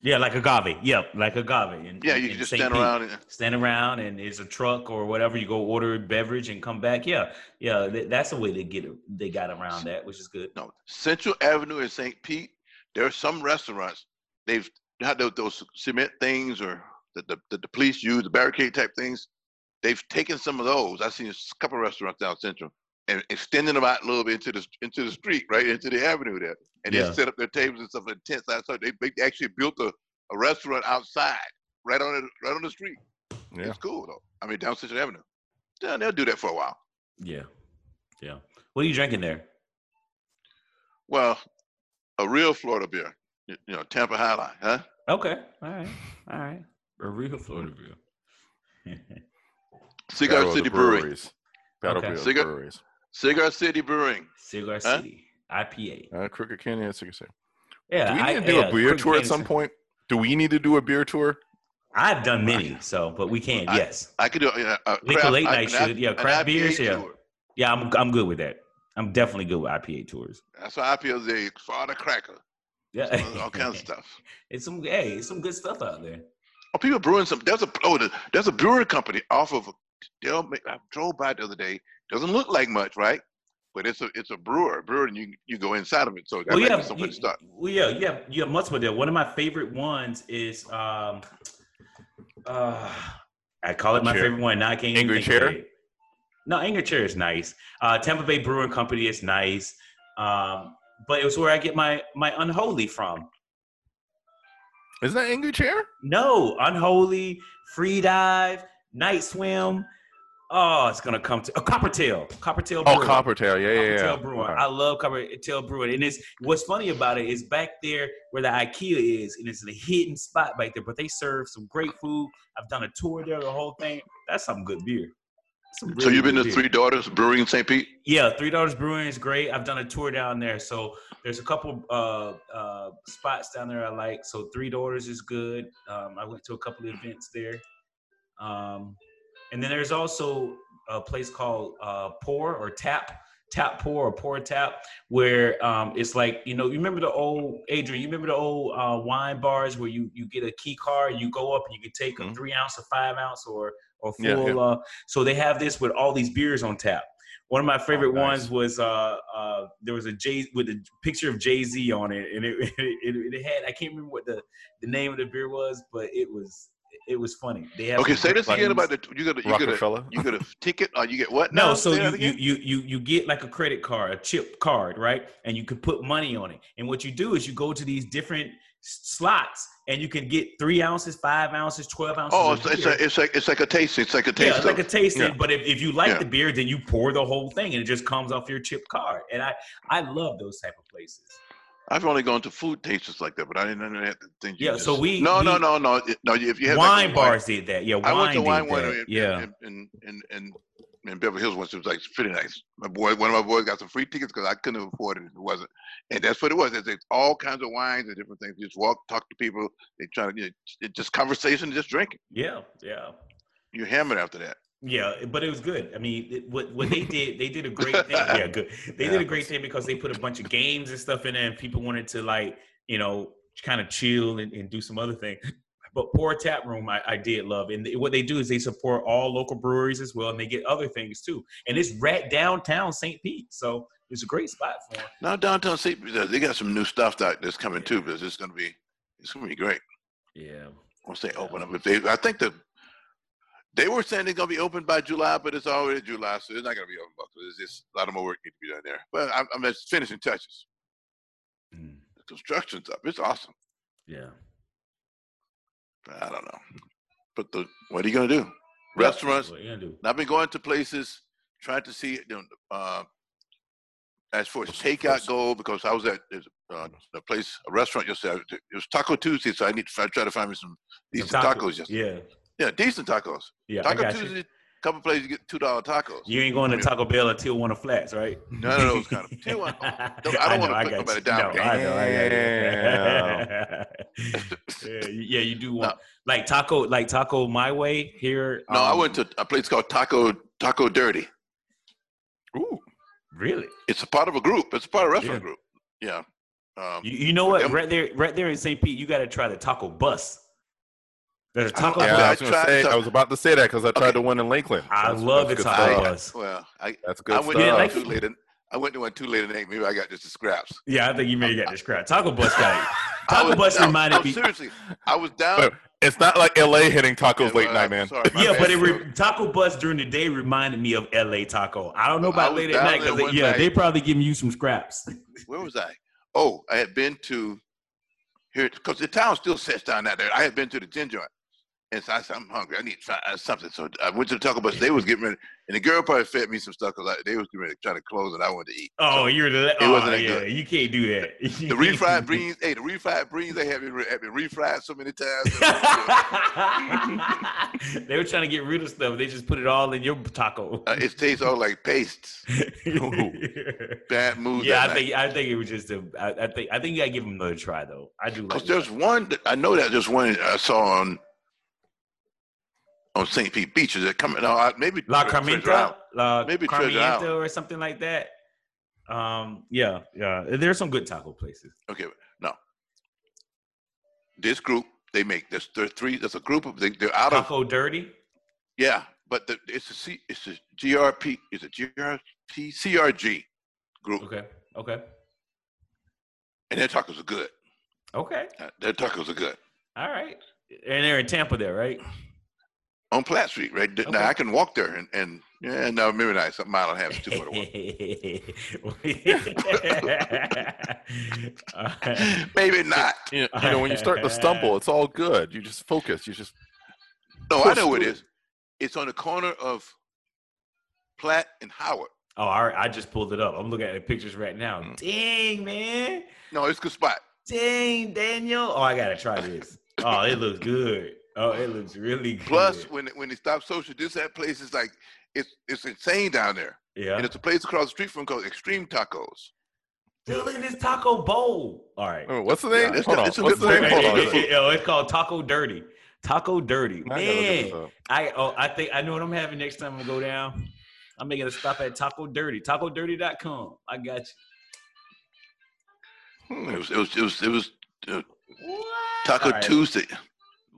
Speaker 2: Yeah, like agave. Yep, like agave. And,
Speaker 3: Yeah,
Speaker 2: and-
Speaker 3: you
Speaker 2: and
Speaker 3: can just
Speaker 2: St.
Speaker 3: stand
Speaker 2: Pete.
Speaker 3: around and
Speaker 2: Stand around, and it's a truck or whatever. You go order a beverage and come back. Yeah, yeah. th- That's the way they get. They got around that, which is good.
Speaker 3: no Central Avenue in St. Pete. There are some restaurants they've had those, those cement things or that the, that the police use the barricade type things. They've taken some of those. I've seen a s- couple of restaurants down Central and extending them out a little bit into the into the street, right into the avenue there, and
Speaker 2: Yeah.
Speaker 3: they set up their tables and stuff and tents outside. They, they actually built a, a restaurant outside, right on the, right on the street.
Speaker 1: Yeah.
Speaker 3: It's cool though. I mean, down Central Avenue. Yeah, they'll do that for a while.
Speaker 2: Yeah, yeah. What are you drinking there?
Speaker 3: Well, a real Florida beer, you you know, Tampa Highline, huh?
Speaker 2: Okay, all right, all right. A real Florida beer.
Speaker 3: Cigar
Speaker 1: Battle of the
Speaker 3: City Brewing.
Speaker 1: Breweries. Battle
Speaker 2: Okay.
Speaker 1: Bill
Speaker 3: Cigar-
Speaker 1: Breweries.
Speaker 3: Cigar City Brewing.
Speaker 2: Cigar
Speaker 3: Huh?
Speaker 2: City IPA.
Speaker 1: Uh, Crooked Canyon, Cigar City.
Speaker 2: Yeah,
Speaker 1: do we need
Speaker 2: Uh, I-
Speaker 1: to do
Speaker 2: yeah,
Speaker 1: a beer
Speaker 2: quick
Speaker 1: tour at
Speaker 2: thing.
Speaker 1: some point? Do we need to do a beer tour?
Speaker 2: I've done many, so but we can.
Speaker 3: I-
Speaker 2: yes.
Speaker 3: I could do uh, a
Speaker 2: Like a
Speaker 3: craft-
Speaker 2: late
Speaker 3: I-
Speaker 2: night
Speaker 3: an I-
Speaker 2: shoot. Yeah,
Speaker 3: an
Speaker 2: craft
Speaker 3: IPA
Speaker 2: beers, yeah.
Speaker 3: tour.
Speaker 2: Yeah, I'm I'm good with that. I'm definitely good with IPA tours.
Speaker 3: That's why IPA is a Florida cracker.
Speaker 2: Yeah,
Speaker 3: All kinds of stuff.
Speaker 2: It's some hey, it's some good stuff out there.
Speaker 3: Oh, people brewing some. There's a oh, the- there's a brewing company off of. They'll make, I drove by the other day. Doesn't look like much, right? But it's a it's a brewer, brewer, and you you go inside of it. So that
Speaker 2: Well,
Speaker 3: might
Speaker 2: yeah,
Speaker 3: be somewhere
Speaker 2: you-
Speaker 3: to start.
Speaker 2: Well, yeah, yeah, yeah. Multiple there. One of my favorite ones is um, uh, I call it my
Speaker 1: Chair.
Speaker 2: favorite one. Now I can't even
Speaker 1: Angry
Speaker 2: think of
Speaker 1: Chair?
Speaker 2: it. No, Angry Chair is nice. Uh, Tampa Bay Brewing Company is nice. Um, but it was where I get my my unholy from.
Speaker 1: Isn't that Angry Chair?
Speaker 2: No, unholy, free dive, night swim. Oh, it's gonna come to a Coppertail. Coppertail.
Speaker 1: Oh,
Speaker 2: Brewing.
Speaker 1: Coppertail. Yeah, yeah, yeah.
Speaker 2: Coppertail Brewing.
Speaker 1: Okay.
Speaker 2: I love Coppertail Brewing. And it's what's funny about it is back there where the IKEA is, and it's a hidden spot back there. But they serve some great food. I've done a tour there, the whole thing. That's some good beer. Some
Speaker 3: so
Speaker 2: really
Speaker 3: you've been
Speaker 2: good
Speaker 3: to
Speaker 2: beer.
Speaker 3: Three Daughters Brewing in St. Pete.
Speaker 2: Yeah, Three Daughters Brewing is great. I've done a tour down there, so there's a couple uh, uh, spots down there I like. So Three Daughters is good. Um, I went to a couple of events there, um, and then there's also a place called uh, Pour or Tap, Tap Pour or Pour Tap, where um, it's like you know you remember the old Adrian, you remember the old uh, wine bars where you you get a key card, you go up and you can take a
Speaker 1: Mhm.
Speaker 2: three ounce or five ounce or or full.
Speaker 1: Yeah, yeah.
Speaker 2: Uh, so they have this with all these beers on tap. One of my
Speaker 3: Oh,
Speaker 2: favorite
Speaker 1: nice.
Speaker 2: ones was uh, uh, there was a Jay with a picture of Jay Z on it, and it, it, it, had I can't remember what the, the name of the beer was, but it was it was funny. They have
Speaker 3: Okay,
Speaker 2: some
Speaker 3: say
Speaker 2: good
Speaker 3: this again
Speaker 2: buttons.
Speaker 3: about the you got a, you got a
Speaker 1: Rockefeller.
Speaker 3: you get a ticket or you get what?
Speaker 2: No,
Speaker 3: now?
Speaker 2: so
Speaker 3: Say that
Speaker 2: you, you,
Speaker 3: again?
Speaker 2: you you you get like a credit card, a chip card, right? And you can put money on it. And what you do is you go to these different s- slots, and you can get three ounces, five ounces, twelve ounces.
Speaker 3: oh,
Speaker 2: of
Speaker 3: it's, it's,
Speaker 2: beer.
Speaker 3: a, it's like it's like a taste. It's like a taste.
Speaker 2: Yeah, it's like a
Speaker 3: of-
Speaker 2: tasting.
Speaker 1: Yeah.
Speaker 2: But if, if you like
Speaker 3: Yeah.
Speaker 2: the beer, then you pour the whole thing, and it just comes off your chip card. And I I love those type of places.
Speaker 3: I've only gone to food tasters like that, but I didn't know that thing. you
Speaker 2: Yeah, so we-
Speaker 3: No, no,
Speaker 2: we-
Speaker 3: no, no, it- no. If you have like, a
Speaker 2: wine bars did that. Yeah, wine
Speaker 3: I went to
Speaker 2: did
Speaker 3: wine one
Speaker 2: that.
Speaker 3: in,
Speaker 2: yeah.
Speaker 3: in, in, in, in, in Beverly Hills once. It was like pretty nice. My boy, one of my boys got some free tickets because I couldn't have afforded it. if It wasn't, and that's what it was. It's, it's all kinds of wines and different things. You just walk, talk to people. They try to you know, it's just conversation, just drinking.
Speaker 2: yeah, yeah,
Speaker 3: You hammered after that.
Speaker 2: yeah. eh, But it was good. I mean, it- what what they did, they did a great thing. Yeah, good. They did a great thing because they put a bunch of games and stuff in there, and people wanted to like you know kind of chill and, and do some other thing. But Poor Tap Room, I, I did love, and what they do is they support all local breweries as well, and they get other things too. And it's right downtown St. Pete, so it's a great spot for 'em.
Speaker 3: Now downtown St. Pete, they got some new stuff that that's coming too. Because it's gonna be, it's gonna be great.
Speaker 2: Yeah.
Speaker 3: once they open up. If they, I think the they were saying they're gonna be open by July, but it's already July, so it's not gonna be open. By, there's just a lot of more work need to be done there. But I'm, I'm just finishing touches.
Speaker 2: Mm,
Speaker 3: The construction's up. It's awesome.
Speaker 2: yeah.
Speaker 3: I don't know, but the what are you gonna do? Restaurants.
Speaker 2: What you gonna do?
Speaker 3: And I've been going to places trying to see you know, uh, as for
Speaker 1: What's-
Speaker 3: takeout
Speaker 1: what's-
Speaker 3: go because I was at there's, uh, a place, a restaurant yesterday. It was Taco Tuesday, so I need to try, try to find me some decent
Speaker 2: taco-
Speaker 3: tacos. Yesterday.
Speaker 2: Yeah.
Speaker 3: Yeah, decent tacos.
Speaker 2: Yeah. I
Speaker 3: Taco
Speaker 2: got you.
Speaker 3: Tuesday, couple places you get two dollar tacos.
Speaker 2: You ain't going to
Speaker 3: Yeah.
Speaker 2: Taco Bell or Tijuana Flats, right?
Speaker 3: None of those kind of- Tijuana- don't- I don't wanna put nobody down.
Speaker 2: No, I know, I got you. yeah, you- yeah, you do want like taco, like taco my way here.
Speaker 3: No, I
Speaker 2: um,
Speaker 3: went to a place called Taco Taco Dirty.
Speaker 1: Ooh.
Speaker 2: Really?
Speaker 3: It's a part of a group. It's a part of a restaurant group. Yeah, Um,
Speaker 2: You, you know what?
Speaker 3: Yep.
Speaker 2: Right there, right there in St. Pete, you got to try the taco bus. There's a
Speaker 3: I
Speaker 2: taco
Speaker 3: don't-
Speaker 1: Yeah, I,
Speaker 3: I
Speaker 2: bus.
Speaker 1: was gonna
Speaker 3: tried
Speaker 1: say,
Speaker 3: to-
Speaker 1: I was about to say that because I tried
Speaker 3: Okay.
Speaker 1: to win in Lakeland.
Speaker 2: I,
Speaker 1: That's-
Speaker 2: love the
Speaker 1: that's good
Speaker 2: taco
Speaker 1: stuff.
Speaker 2: bus.
Speaker 3: well, I
Speaker 1: That's good
Speaker 3: I went to
Speaker 1: stuff.
Speaker 3: one
Speaker 2: like-
Speaker 3: too late. in- I went to one too late in the night. Maybe I got just the scraps.
Speaker 2: Yeah, I think you may get this crap. Taco bus got
Speaker 3: I
Speaker 2: Taco
Speaker 3: was
Speaker 2: Bus
Speaker 3: down-
Speaker 2: reminded
Speaker 3: no,
Speaker 2: me-
Speaker 3: Seriously, I was down.
Speaker 1: But it's not like LA hitting tacos
Speaker 3: and,
Speaker 1: late
Speaker 3: uh,
Speaker 1: night, man.
Speaker 3: sorry, my
Speaker 2: yeah,
Speaker 3: bad,
Speaker 2: but it
Speaker 3: bro.
Speaker 2: re- Taco Bus during the day reminded me of L.A. Taco. I don't know
Speaker 3: Well, I
Speaker 2: about
Speaker 3: was
Speaker 2: late at
Speaker 3: down
Speaker 2: night
Speaker 3: there
Speaker 2: 'cause they-
Speaker 3: one
Speaker 2: yeah,
Speaker 3: night.
Speaker 2: they probably giving you some scraps.
Speaker 3: where was I? Oh, I had been to here because the town still sits down out there. I had been to the gin joint, and so I said, "I'm hungry. I need so- uh, something." So I went to the Taco Bus. They was getting ready, and the girl probably fed me some stuff because they was getting ready to try to close, and I wanted to eat.
Speaker 2: Oh, you're the oh,
Speaker 3: wasn't that
Speaker 2: yeah.
Speaker 3: good.
Speaker 2: You can't do that.
Speaker 3: The refried beans, hey, the refried beans, they have been, re- have been refried so many times. Uh,
Speaker 2: they were trying to get rid of stuff. They just put it all in your taco.
Speaker 3: Uh, it tastes all like pastes. Bad mood.
Speaker 2: yeah, I
Speaker 3: that night.
Speaker 2: think I think it was just a. I, I think I think you gotta give them another try though. I do like.
Speaker 3: Cause there's one that- I know that there's one I saw on on St. Pete Beach. Is it coming out? Maybe
Speaker 2: La
Speaker 3: Treasure
Speaker 2: Carmenta,
Speaker 3: Island.
Speaker 2: La
Speaker 3: Maybe Treasure Island.
Speaker 2: Carmienta or something like that. Um, yeah, yeah. There's some good taco places.
Speaker 3: Okay, no. This group they make this. There's three. There's a group of they, they're out of
Speaker 2: Taco Dirty.
Speaker 3: yeah, but the, it's a C. It's a GRP. It's a GRP CRG group,
Speaker 2: Okay, okay,
Speaker 3: and their tacos are good.
Speaker 2: okay.
Speaker 3: Uh, Their tacos are good
Speaker 2: All right. And they're in Tampa, there, right?
Speaker 3: on Platt Street, right? Th-
Speaker 2: Okay.
Speaker 3: Now I can walk there and and yeah, no, maybe not. It's a mile and a half, two mile walk. Maybe not.
Speaker 1: You know, you know, when you start to stumble, it's all good. You just focus. You just
Speaker 3: No, I
Speaker 1: Course
Speaker 3: know what it
Speaker 1: food.
Speaker 3: is. It's on the corner of Platt and Howard.
Speaker 2: oh, all right. I just pulled it up. I'm looking at the pictures right now.
Speaker 1: Mm.
Speaker 2: Dang, man.
Speaker 3: No, it's a good spot.
Speaker 2: Dang, Daniel. Oh, I gotta try this. Oh, it looks good. Oh, it looks really good.
Speaker 3: Plus, when when they stop social distance at places like it's it's insane down there,
Speaker 2: yeah.
Speaker 3: and it's a place across the street from called Extreme Tacos.
Speaker 2: Dude, look at this taco bowl. All right.
Speaker 1: wait, what's the
Speaker 3: Yeah,
Speaker 1: name?
Speaker 3: it's
Speaker 1: Hold
Speaker 3: a-
Speaker 1: on.
Speaker 3: it's a
Speaker 1: What's
Speaker 3: good
Speaker 1: the name?
Speaker 3: thing.
Speaker 1: Hold on.
Speaker 3: It- it-
Speaker 2: Oh, it's called Taco Dirty. Taco Dirty.
Speaker 1: I gotta look this
Speaker 2: Man,
Speaker 1: up.
Speaker 2: I oh, I think I know what I'm having next time I go down. I'm making a stop at Taco Dirty. TacoDirty.com. I got you.
Speaker 1: Hmm.
Speaker 3: It was it was it was, it was
Speaker 2: What?
Speaker 3: Taco
Speaker 2: All right.
Speaker 3: Tuesday.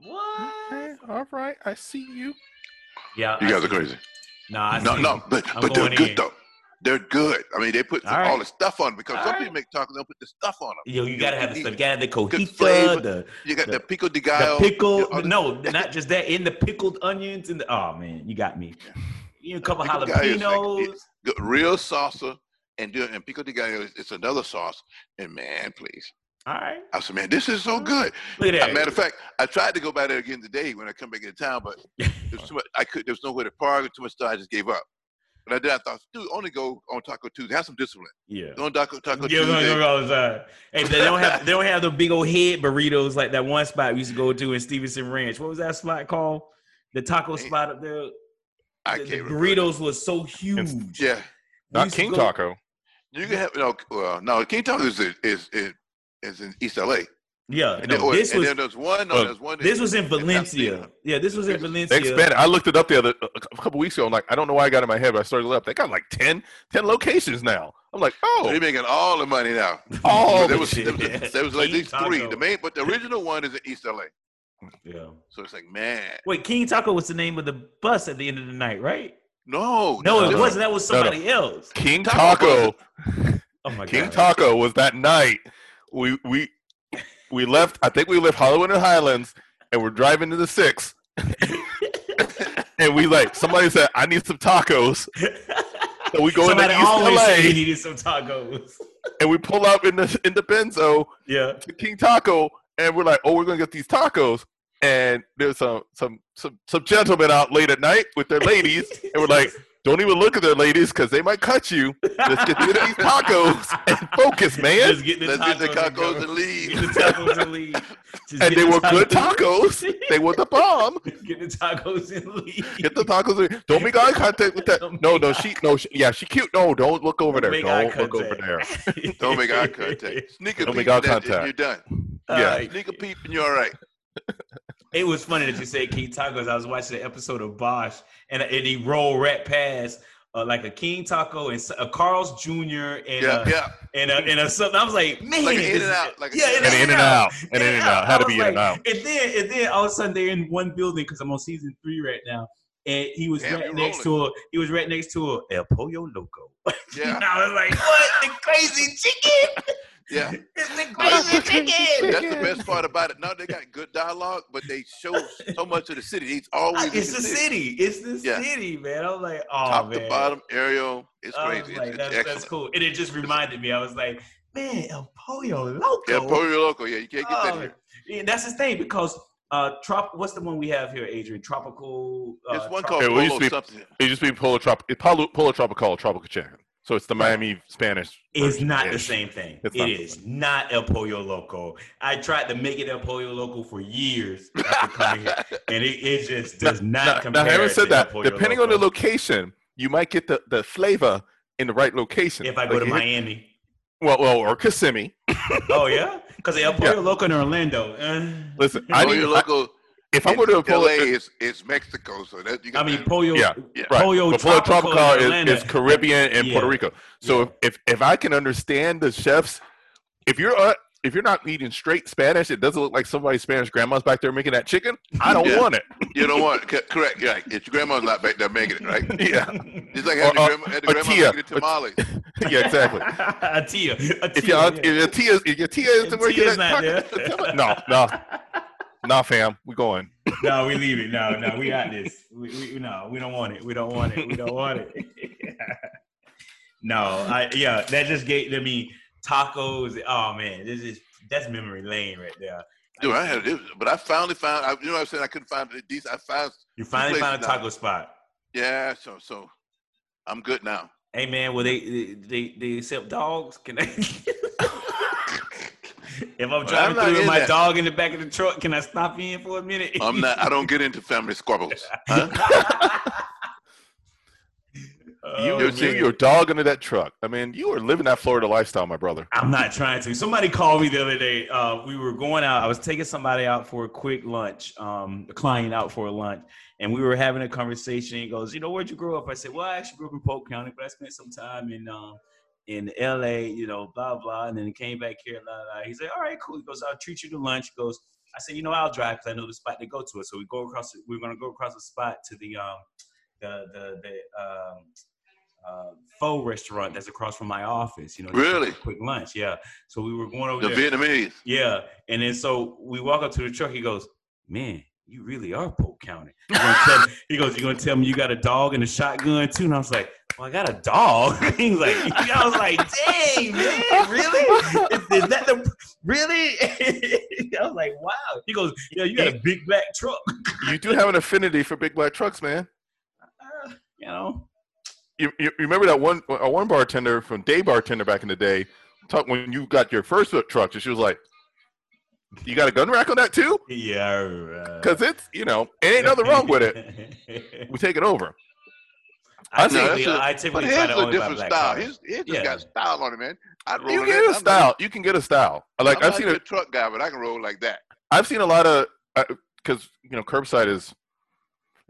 Speaker 2: What?
Speaker 1: Okay, all right, I see you.
Speaker 2: Yeah.
Speaker 3: You
Speaker 2: I
Speaker 3: guys are
Speaker 2: see.
Speaker 3: crazy.
Speaker 2: Nah, I
Speaker 3: No,
Speaker 2: see.
Speaker 3: no, but
Speaker 2: I'm
Speaker 3: but they're
Speaker 2: going
Speaker 3: good
Speaker 2: in.
Speaker 3: though. They're good. I mean, they put
Speaker 2: All
Speaker 3: all,
Speaker 2: right.
Speaker 3: the stuff on because
Speaker 2: All
Speaker 3: some
Speaker 2: right.
Speaker 3: people make tacos. They'll put the stuff on them.
Speaker 2: Yo, you gotta have the stuff. You gotta have the
Speaker 3: flavor.
Speaker 2: cojita, the,
Speaker 3: You got
Speaker 2: The-
Speaker 3: the, pico de
Speaker 2: the
Speaker 3: gallo.
Speaker 2: pickle.
Speaker 3: all the-
Speaker 2: no, not just that. In the pickled onions and the oh man, you got me. You know, a couple
Speaker 3: Pickled guy is like-
Speaker 2: jalapenos.
Speaker 3: good- real salsa and do and pico de gallo is it's another sauce. And man, please.
Speaker 2: All right.
Speaker 3: I said, man, this is so good.
Speaker 2: Look
Speaker 3: As
Speaker 2: at
Speaker 3: a
Speaker 2: that.
Speaker 3: matter of fact, I tried to go by there again today when I come back into town, but there's too much I could there's nowhere to park, too much stuff, I just gave up. But I did I thought, dude, only go on Taco Tuesday. Have some discipline.
Speaker 2: yeah.
Speaker 3: Go on Taco Taco
Speaker 2: Yeah, we're
Speaker 3: Tuesday.
Speaker 2: gonna go all the time. Hey, they don't have they don't have the big old head burritos like that one spot we used to go to in Stevenson Ranch. What was that spot called? The taco
Speaker 3: Hey,
Speaker 2: spot up there.
Speaker 3: I
Speaker 2: The, the
Speaker 3: can't remember.
Speaker 2: burritos was so huge. We
Speaker 3: Yeah.
Speaker 1: Not
Speaker 2: used to
Speaker 1: King
Speaker 2: go-
Speaker 1: Taco.
Speaker 3: You can have no well, no, King Taco is is is, is in East LA.
Speaker 2: Yeah,
Speaker 3: And,
Speaker 2: no,
Speaker 3: then, or-
Speaker 2: this
Speaker 3: and
Speaker 2: was Oh,
Speaker 3: then there's one,
Speaker 1: uh,
Speaker 3: no, there's one
Speaker 2: this was in
Speaker 3: That's
Speaker 2: Valencia.
Speaker 3: Latino.
Speaker 2: Yeah, this was in
Speaker 1: They
Speaker 3: They
Speaker 2: Valencia.
Speaker 1: expanded. I looked it up the other a couple weeks ago. I'm like, I don't know why I got it in my head, but I started it up. They got like 10, 10 locations now. I'm like,
Speaker 3: so
Speaker 1: oh,
Speaker 3: they're making all the money now.
Speaker 1: all
Speaker 2: the
Speaker 3: there was, there was,
Speaker 2: shit.
Speaker 3: there was like
Speaker 2: Oh, King
Speaker 3: these three.
Speaker 2: Taco.
Speaker 3: The main, but the original one is in East LA.
Speaker 2: Yeah.
Speaker 3: So it's like, man,
Speaker 2: Wait, King Taco was the name of the bus at the end of the night, right?
Speaker 3: no,
Speaker 2: No,
Speaker 1: No,
Speaker 2: it
Speaker 1: no.
Speaker 2: wasn't. That was
Speaker 1: No, no.
Speaker 2: somebody else.
Speaker 1: King
Speaker 3: Taco
Speaker 1: Taco.
Speaker 2: Oh my
Speaker 1: King
Speaker 2: god.
Speaker 1: Taco was that night. We we we left. I think we left Hollywood and Highlands, and we're driving to the six. and we like somebody said, I need some tacos. So we go into
Speaker 2: somebody
Speaker 1: East
Speaker 2: always said he
Speaker 1: LA
Speaker 2: needed some tacos.
Speaker 1: and we pull up in the in the Benzo
Speaker 2: yeah.
Speaker 1: to King Taco, and we're like, oh, we're gonna get these tacos. And there's some some some some gentlemen out late at night with their ladies, and we're like, don't even look at their ladies because they might cut you. Let's get through these tacos and focus, man.
Speaker 2: Just get the
Speaker 3: let's
Speaker 2: tacos
Speaker 3: get the tacos
Speaker 2: and
Speaker 3: and
Speaker 2: go.
Speaker 3: leave.
Speaker 2: Get the tacos and leave. Just
Speaker 1: and
Speaker 2: get
Speaker 1: they
Speaker 2: the
Speaker 1: were good
Speaker 2: tacos.
Speaker 1: tacos. They were the bomb.
Speaker 2: get the tacos and leave.
Speaker 1: Get the tacos. Don't make eye contact with that.
Speaker 2: Don't
Speaker 1: No,
Speaker 2: make
Speaker 1: no,
Speaker 2: eye
Speaker 1: she, no, she, yeah, she cute. No, don't look over there.
Speaker 2: Make eye
Speaker 1: Don't look over
Speaker 2: contact.
Speaker 1: there.
Speaker 3: Don't make eye contact. Sneak a
Speaker 1: Don't make
Speaker 3: peek.
Speaker 1: eye
Speaker 3: and that's it,
Speaker 1: contact.
Speaker 3: You're done.
Speaker 1: Yeah.
Speaker 2: Uh,
Speaker 3: Sneak a peep and you're all right.
Speaker 2: It was funny that you said King Tacos. I was watching an episode of Bosch, and, and he rolled right past uh, like a King Taco and s- a Carl's Jr. and uh,
Speaker 3: Yeah,
Speaker 2: a,
Speaker 3: yeah.
Speaker 2: and a, and a something. I was like, man,
Speaker 3: Like an
Speaker 2: this
Speaker 3: in
Speaker 2: is-
Speaker 3: and out. Like
Speaker 2: yeah,
Speaker 3: an
Speaker 1: And in and out. And in and out. Had to
Speaker 2: I
Speaker 1: be
Speaker 2: was
Speaker 1: in and out.
Speaker 2: And then, and then all of a sudden they're in one building because I'm on season three right now, and he was
Speaker 3: Damn,
Speaker 2: right
Speaker 3: you
Speaker 2: next to a he was right next to a El Pollo Loco.
Speaker 3: Yeah,
Speaker 2: I was like, what the crazy chicken?
Speaker 3: yeah.
Speaker 2: It's the
Speaker 3: That's-
Speaker 2: crazy chicken.
Speaker 3: That's the best part about it. Now they got good dialogue, but they show so much of the city. It's
Speaker 2: I-
Speaker 3: always in
Speaker 2: It's the city. It's the
Speaker 3: Yeah.
Speaker 2: city, man. I was like, oh
Speaker 3: top
Speaker 2: man.
Speaker 3: to bottom, aerial. It's
Speaker 2: I was
Speaker 3: crazy. It's,
Speaker 2: like,
Speaker 3: it's
Speaker 2: that's, that's
Speaker 3: excellent.
Speaker 2: cool. And it just reminded me. I was like, man, El Pollo Loco.
Speaker 3: Yeah, Puerto Loco. Yeah, you can't get that
Speaker 2: Oh,
Speaker 3: here.
Speaker 2: yeah, that's the thing because uh, trop. What's the one we have here, Adrian? Tropical. Uh,
Speaker 3: There's one
Speaker 2: trop-
Speaker 3: called
Speaker 1: Yeah, we used
Speaker 3: Polo
Speaker 1: to be-
Speaker 3: something.
Speaker 1: It just be Polo Trop- it Polo, Polo Tropical Tropical Chicken. So it's the Miami Spanish.
Speaker 2: It's
Speaker 1: version.
Speaker 2: not
Speaker 1: Yeah.
Speaker 2: the same thing.
Speaker 1: It's
Speaker 2: It's
Speaker 1: not
Speaker 2: not
Speaker 1: the
Speaker 2: El Pollo Loco. I tried to make it El Pollo Loco for years after coming here, and it, it just does
Speaker 1: Now-
Speaker 2: not
Speaker 1: now,
Speaker 2: compare.
Speaker 1: having
Speaker 2: to
Speaker 1: said
Speaker 2: El
Speaker 1: that,
Speaker 2: Pollo
Speaker 1: depending on the location, you might get the, the flavor in the right location.
Speaker 2: if I go
Speaker 1: Like,
Speaker 2: to
Speaker 1: you hit-
Speaker 2: Miami,
Speaker 1: well, well, or Kissimmee.
Speaker 2: oh yeah, because El Pollo Loco in Orlando. eh.
Speaker 1: Listen, I
Speaker 3: Puerto
Speaker 1: need,
Speaker 3: Loco.
Speaker 1: if I'm going to a
Speaker 3: LA
Speaker 1: Polo,
Speaker 3: is is Mexico, so that you
Speaker 2: I
Speaker 3: got
Speaker 2: mean,
Speaker 3: that.
Speaker 2: Pollo.
Speaker 1: Yeah,
Speaker 3: yeah.
Speaker 1: right.
Speaker 2: Pollo,
Speaker 1: But Polo
Speaker 2: Tropical,
Speaker 1: Tropical
Speaker 2: in Atlanta.
Speaker 1: is, is Caribbean and Puerto
Speaker 2: Yeah.
Speaker 1: Rico. So
Speaker 2: Yeah.
Speaker 1: if, if if I can understand the chefs, if you're uh, if you're not eating straight Spanish, it doesn't look like somebody's Spanish grandma's back there making that chicken. I don't
Speaker 3: Yeah.
Speaker 1: want it.
Speaker 3: you don't want c- correct. Yeah, it's your grandma's not back there making it right.
Speaker 1: Yeah,
Speaker 3: It's like
Speaker 1: Or,
Speaker 3: having
Speaker 1: uh,
Speaker 3: the grandma, had the
Speaker 1: a
Speaker 3: grandma
Speaker 1: tia.
Speaker 3: making the tamales.
Speaker 1: yeah, exactly.
Speaker 2: Atia. Atia.
Speaker 1: If your aunt-
Speaker 2: yeah.
Speaker 1: if your tia if your tia is
Speaker 2: If
Speaker 1: where you're
Speaker 2: Tia's
Speaker 1: not
Speaker 2: not
Speaker 1: talking,
Speaker 2: there.
Speaker 1: no, no, no, fam, we going.
Speaker 2: no, we leave it. No, no, we got this. We, we no, we don't want it. We don't want it. We don't want it. no, I yeah, that just gave I mean tacos. Oh man, this is that's memory lane right there.
Speaker 3: Dude, I had it, but I finally found. I, you know, what I'm saying I couldn't find it. These I found.
Speaker 2: You finally
Speaker 3: Place
Speaker 2: found a
Speaker 3: now.
Speaker 2: taco spot.
Speaker 3: Yeah, so so I'm good now.
Speaker 2: Hey man, will they they they accept dogs? Can I? if I'm
Speaker 3: I'm
Speaker 2: driving
Speaker 3: not
Speaker 2: through with
Speaker 3: in
Speaker 2: my
Speaker 3: that.
Speaker 2: dog in the back of the truck, can I stop in for a minute?
Speaker 3: I'm not. I don't get into family squabbles. Huh?
Speaker 1: You
Speaker 2: Oh,
Speaker 1: you
Speaker 3: man.
Speaker 1: threw your dog under that truck. I mean, you are living that Florida lifestyle, my brother.
Speaker 2: I'm not trying to. Somebody called me the other day. Uh, we were going out. I was taking somebody out for a quick lunch, um, a client out for a lunch, and we were having a conversation. He goes, "You know, where'd you grow up?" I said, "Well, I actually grew up in Polk County, but I spent some time in um, in L.A. You know, blah blah." And then came back here. Blah, blah. He said, "All right, cool." He goes, "I'll treat you to lunch." He goes, "I said, you know, I'll drive because I know the spot to go to it." So we go across. We are gonna go across the spot to the um, the the the um, uh, faux restaurant that's across from my office. You know, just for
Speaker 3: Really?
Speaker 2: a quick lunch. Yeah. So we were going over
Speaker 3: The
Speaker 2: there.
Speaker 3: Vietnamese.
Speaker 2: yeah, and then so we walk up to the truck. He goes, "Man, you really are Polk County." You gonna tell me- he goes, "You gonna tell me you got a dog and a shotgun too?" And I was like. Well, I got a dog. He's like, I was like, dang, man, really? Is, is that the really? I was like, wow. He goes, yeah, you got a big black truck.
Speaker 1: You do have an affinity for big black trucks, man.
Speaker 2: Uh, you know,
Speaker 1: you, you you remember that one uh, one bartender from day bartender back in the day talk when you got your first truck and she was like you got a gun rack on that too
Speaker 2: yeah.
Speaker 1: because it's you know it ain't nothing wrong with it
Speaker 2: it.
Speaker 1: we take it over
Speaker 2: I
Speaker 1: I know,
Speaker 2: typically,
Speaker 3: that's a-
Speaker 2: I
Speaker 3: But
Speaker 2: typically try
Speaker 3: his
Speaker 2: to
Speaker 3: a
Speaker 2: only buy
Speaker 3: different
Speaker 2: black
Speaker 3: style.
Speaker 2: cars.
Speaker 3: His his just
Speaker 2: Yeah.
Speaker 3: got style on it, man. I'd roll
Speaker 1: you
Speaker 3: on
Speaker 1: get
Speaker 3: that.
Speaker 1: a style you can get a style like
Speaker 3: I'm
Speaker 1: i've
Speaker 3: not
Speaker 1: seen
Speaker 3: a
Speaker 1: it
Speaker 3: good truck guy, but I can roll like that.
Speaker 1: i've seen a lot of because you know curbside is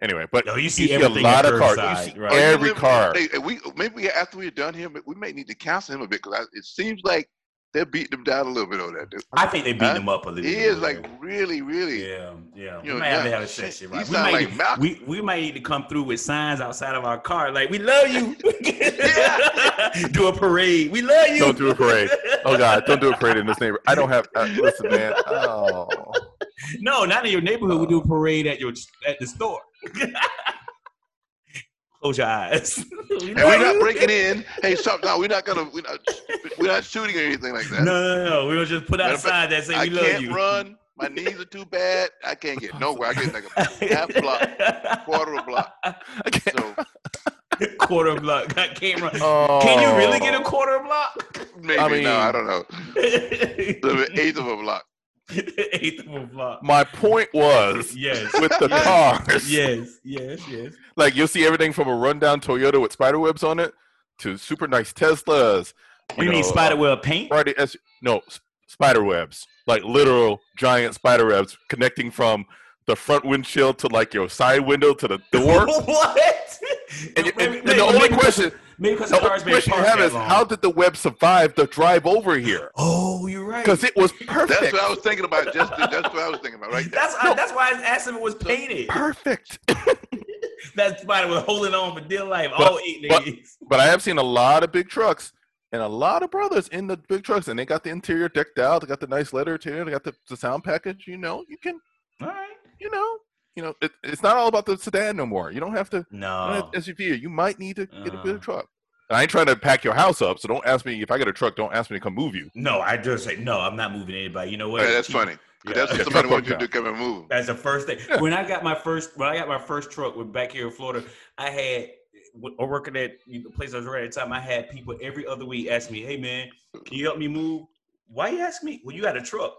Speaker 1: anyway but
Speaker 2: No, you see,
Speaker 1: you see a
Speaker 2: everything
Speaker 1: lot
Speaker 2: at
Speaker 1: of cars
Speaker 2: curbside,
Speaker 1: you see
Speaker 3: Oh,
Speaker 2: right?
Speaker 3: you
Speaker 1: every
Speaker 3: live-
Speaker 1: car
Speaker 3: Hey, and we maybe we- after we're done here, we may need to counsel him a bit because it seems like they're beating him down a little bit on that dude.
Speaker 2: I think they beat
Speaker 3: Huh?
Speaker 2: him up a little.
Speaker 3: He
Speaker 2: bit
Speaker 3: is
Speaker 2: over
Speaker 3: like
Speaker 2: there.
Speaker 3: really, really.
Speaker 2: yeah, yeah.
Speaker 3: You know,
Speaker 2: we might have
Speaker 3: yeah,
Speaker 2: to have a session,
Speaker 3: shit, he
Speaker 2: right? We
Speaker 3: sound
Speaker 2: might,
Speaker 3: like
Speaker 2: need-
Speaker 3: Malcolm.
Speaker 2: we we might need to come through with signs outside of our car, like "We love you." do a parade. We love you.
Speaker 1: Don't do a parade. oh god don't do a parade in this neighborhood i don't have uh, listen man oh
Speaker 2: No, not in your neighborhood. We do a parade at your at the store. Close your eyes. We
Speaker 3: And we're
Speaker 2: love
Speaker 3: not
Speaker 2: you.
Speaker 3: breaking in. Hey, stop! No, we're not gonna. We're not. We're not shooting or anything like
Speaker 2: No,
Speaker 3: that.
Speaker 2: no, no. We will just put out
Speaker 3: Matter
Speaker 2: a
Speaker 3: of fact,
Speaker 2: sign that say "We
Speaker 3: I
Speaker 2: love
Speaker 3: can't
Speaker 2: you."
Speaker 3: run. My knees are too bad. I can't get nowhere. I get like a half block, quarter of a block.
Speaker 1: I can't-
Speaker 3: So
Speaker 2: quarter block. I can't run.
Speaker 1: Oh.
Speaker 2: Can you really get a quarter block?
Speaker 3: maybe
Speaker 1: I mean-
Speaker 3: no, I don't know. The eighth of a block.
Speaker 2: Eighth of a block.
Speaker 1: Oh. My point was
Speaker 2: Yes.
Speaker 1: with the
Speaker 2: Yes.
Speaker 1: cars.
Speaker 2: Yes, yes, yes.
Speaker 1: Like you'll see everything from a rundown Toyota with spider webs on it to super nice Teslas.
Speaker 2: You,
Speaker 1: know,
Speaker 2: mean spider
Speaker 1: uh,
Speaker 2: web paint?
Speaker 1: Friday S- no, s- spider webs. Like literal giant spider webs connecting from the front windshield to like your side window to the door.
Speaker 2: what?
Speaker 1: And, you- and-
Speaker 2: Maybe-
Speaker 1: and
Speaker 2: maybe-
Speaker 1: the only
Speaker 2: maybe 'cause-
Speaker 1: question,
Speaker 2: Maybe because
Speaker 1: the
Speaker 2: the
Speaker 1: only
Speaker 2: car's been
Speaker 1: question you
Speaker 2: parked
Speaker 1: have
Speaker 2: that
Speaker 1: is
Speaker 2: long.
Speaker 1: how did the web survive the drive over here?
Speaker 2: oh, you're right.
Speaker 1: Because it was
Speaker 3: That's
Speaker 1: perfect.
Speaker 3: what I was thinking about. Just that's what I was thinking about. Right. There.
Speaker 2: That's I, that's why I asked him if it was painted.
Speaker 1: Perfect.
Speaker 2: That's why they were holding on for dear life.
Speaker 1: But-
Speaker 2: all eight
Speaker 1: but-
Speaker 2: niggas.
Speaker 1: But I have seen a lot of big trucks and a lot of brothers in the big trucks, and they got the interior decked out. They got the nice leather interior. They got the, the sound package. You know, you can,
Speaker 2: all right.
Speaker 1: you know, you know, it, it's not all about the sedan no more. You don't have to you
Speaker 2: No.
Speaker 1: don't have SUV. You might need to get a bigger
Speaker 2: Oh. Uh.
Speaker 1: truck. And I ain't trying to pack your house up, so don't ask me if I get a truck. Don't ask me to come move you.
Speaker 2: No, I just say no. I'm not moving anybody. You know what?
Speaker 3: Hey, that's funny. 'Cause
Speaker 2: Yeah.
Speaker 3: That's what
Speaker 1: Yeah,
Speaker 3: somebody
Speaker 1: truck
Speaker 3: wants you to
Speaker 1: down.
Speaker 3: do, come and move.
Speaker 2: That's the first thing.
Speaker 1: Yeah.
Speaker 2: When I got my first, when I got my first truck with back here in Florida, I had w- or working at the place I was working at the time. I had people every other week ask me, "Hey man, can you help me move?" Why you ask me? Well, you got a truck.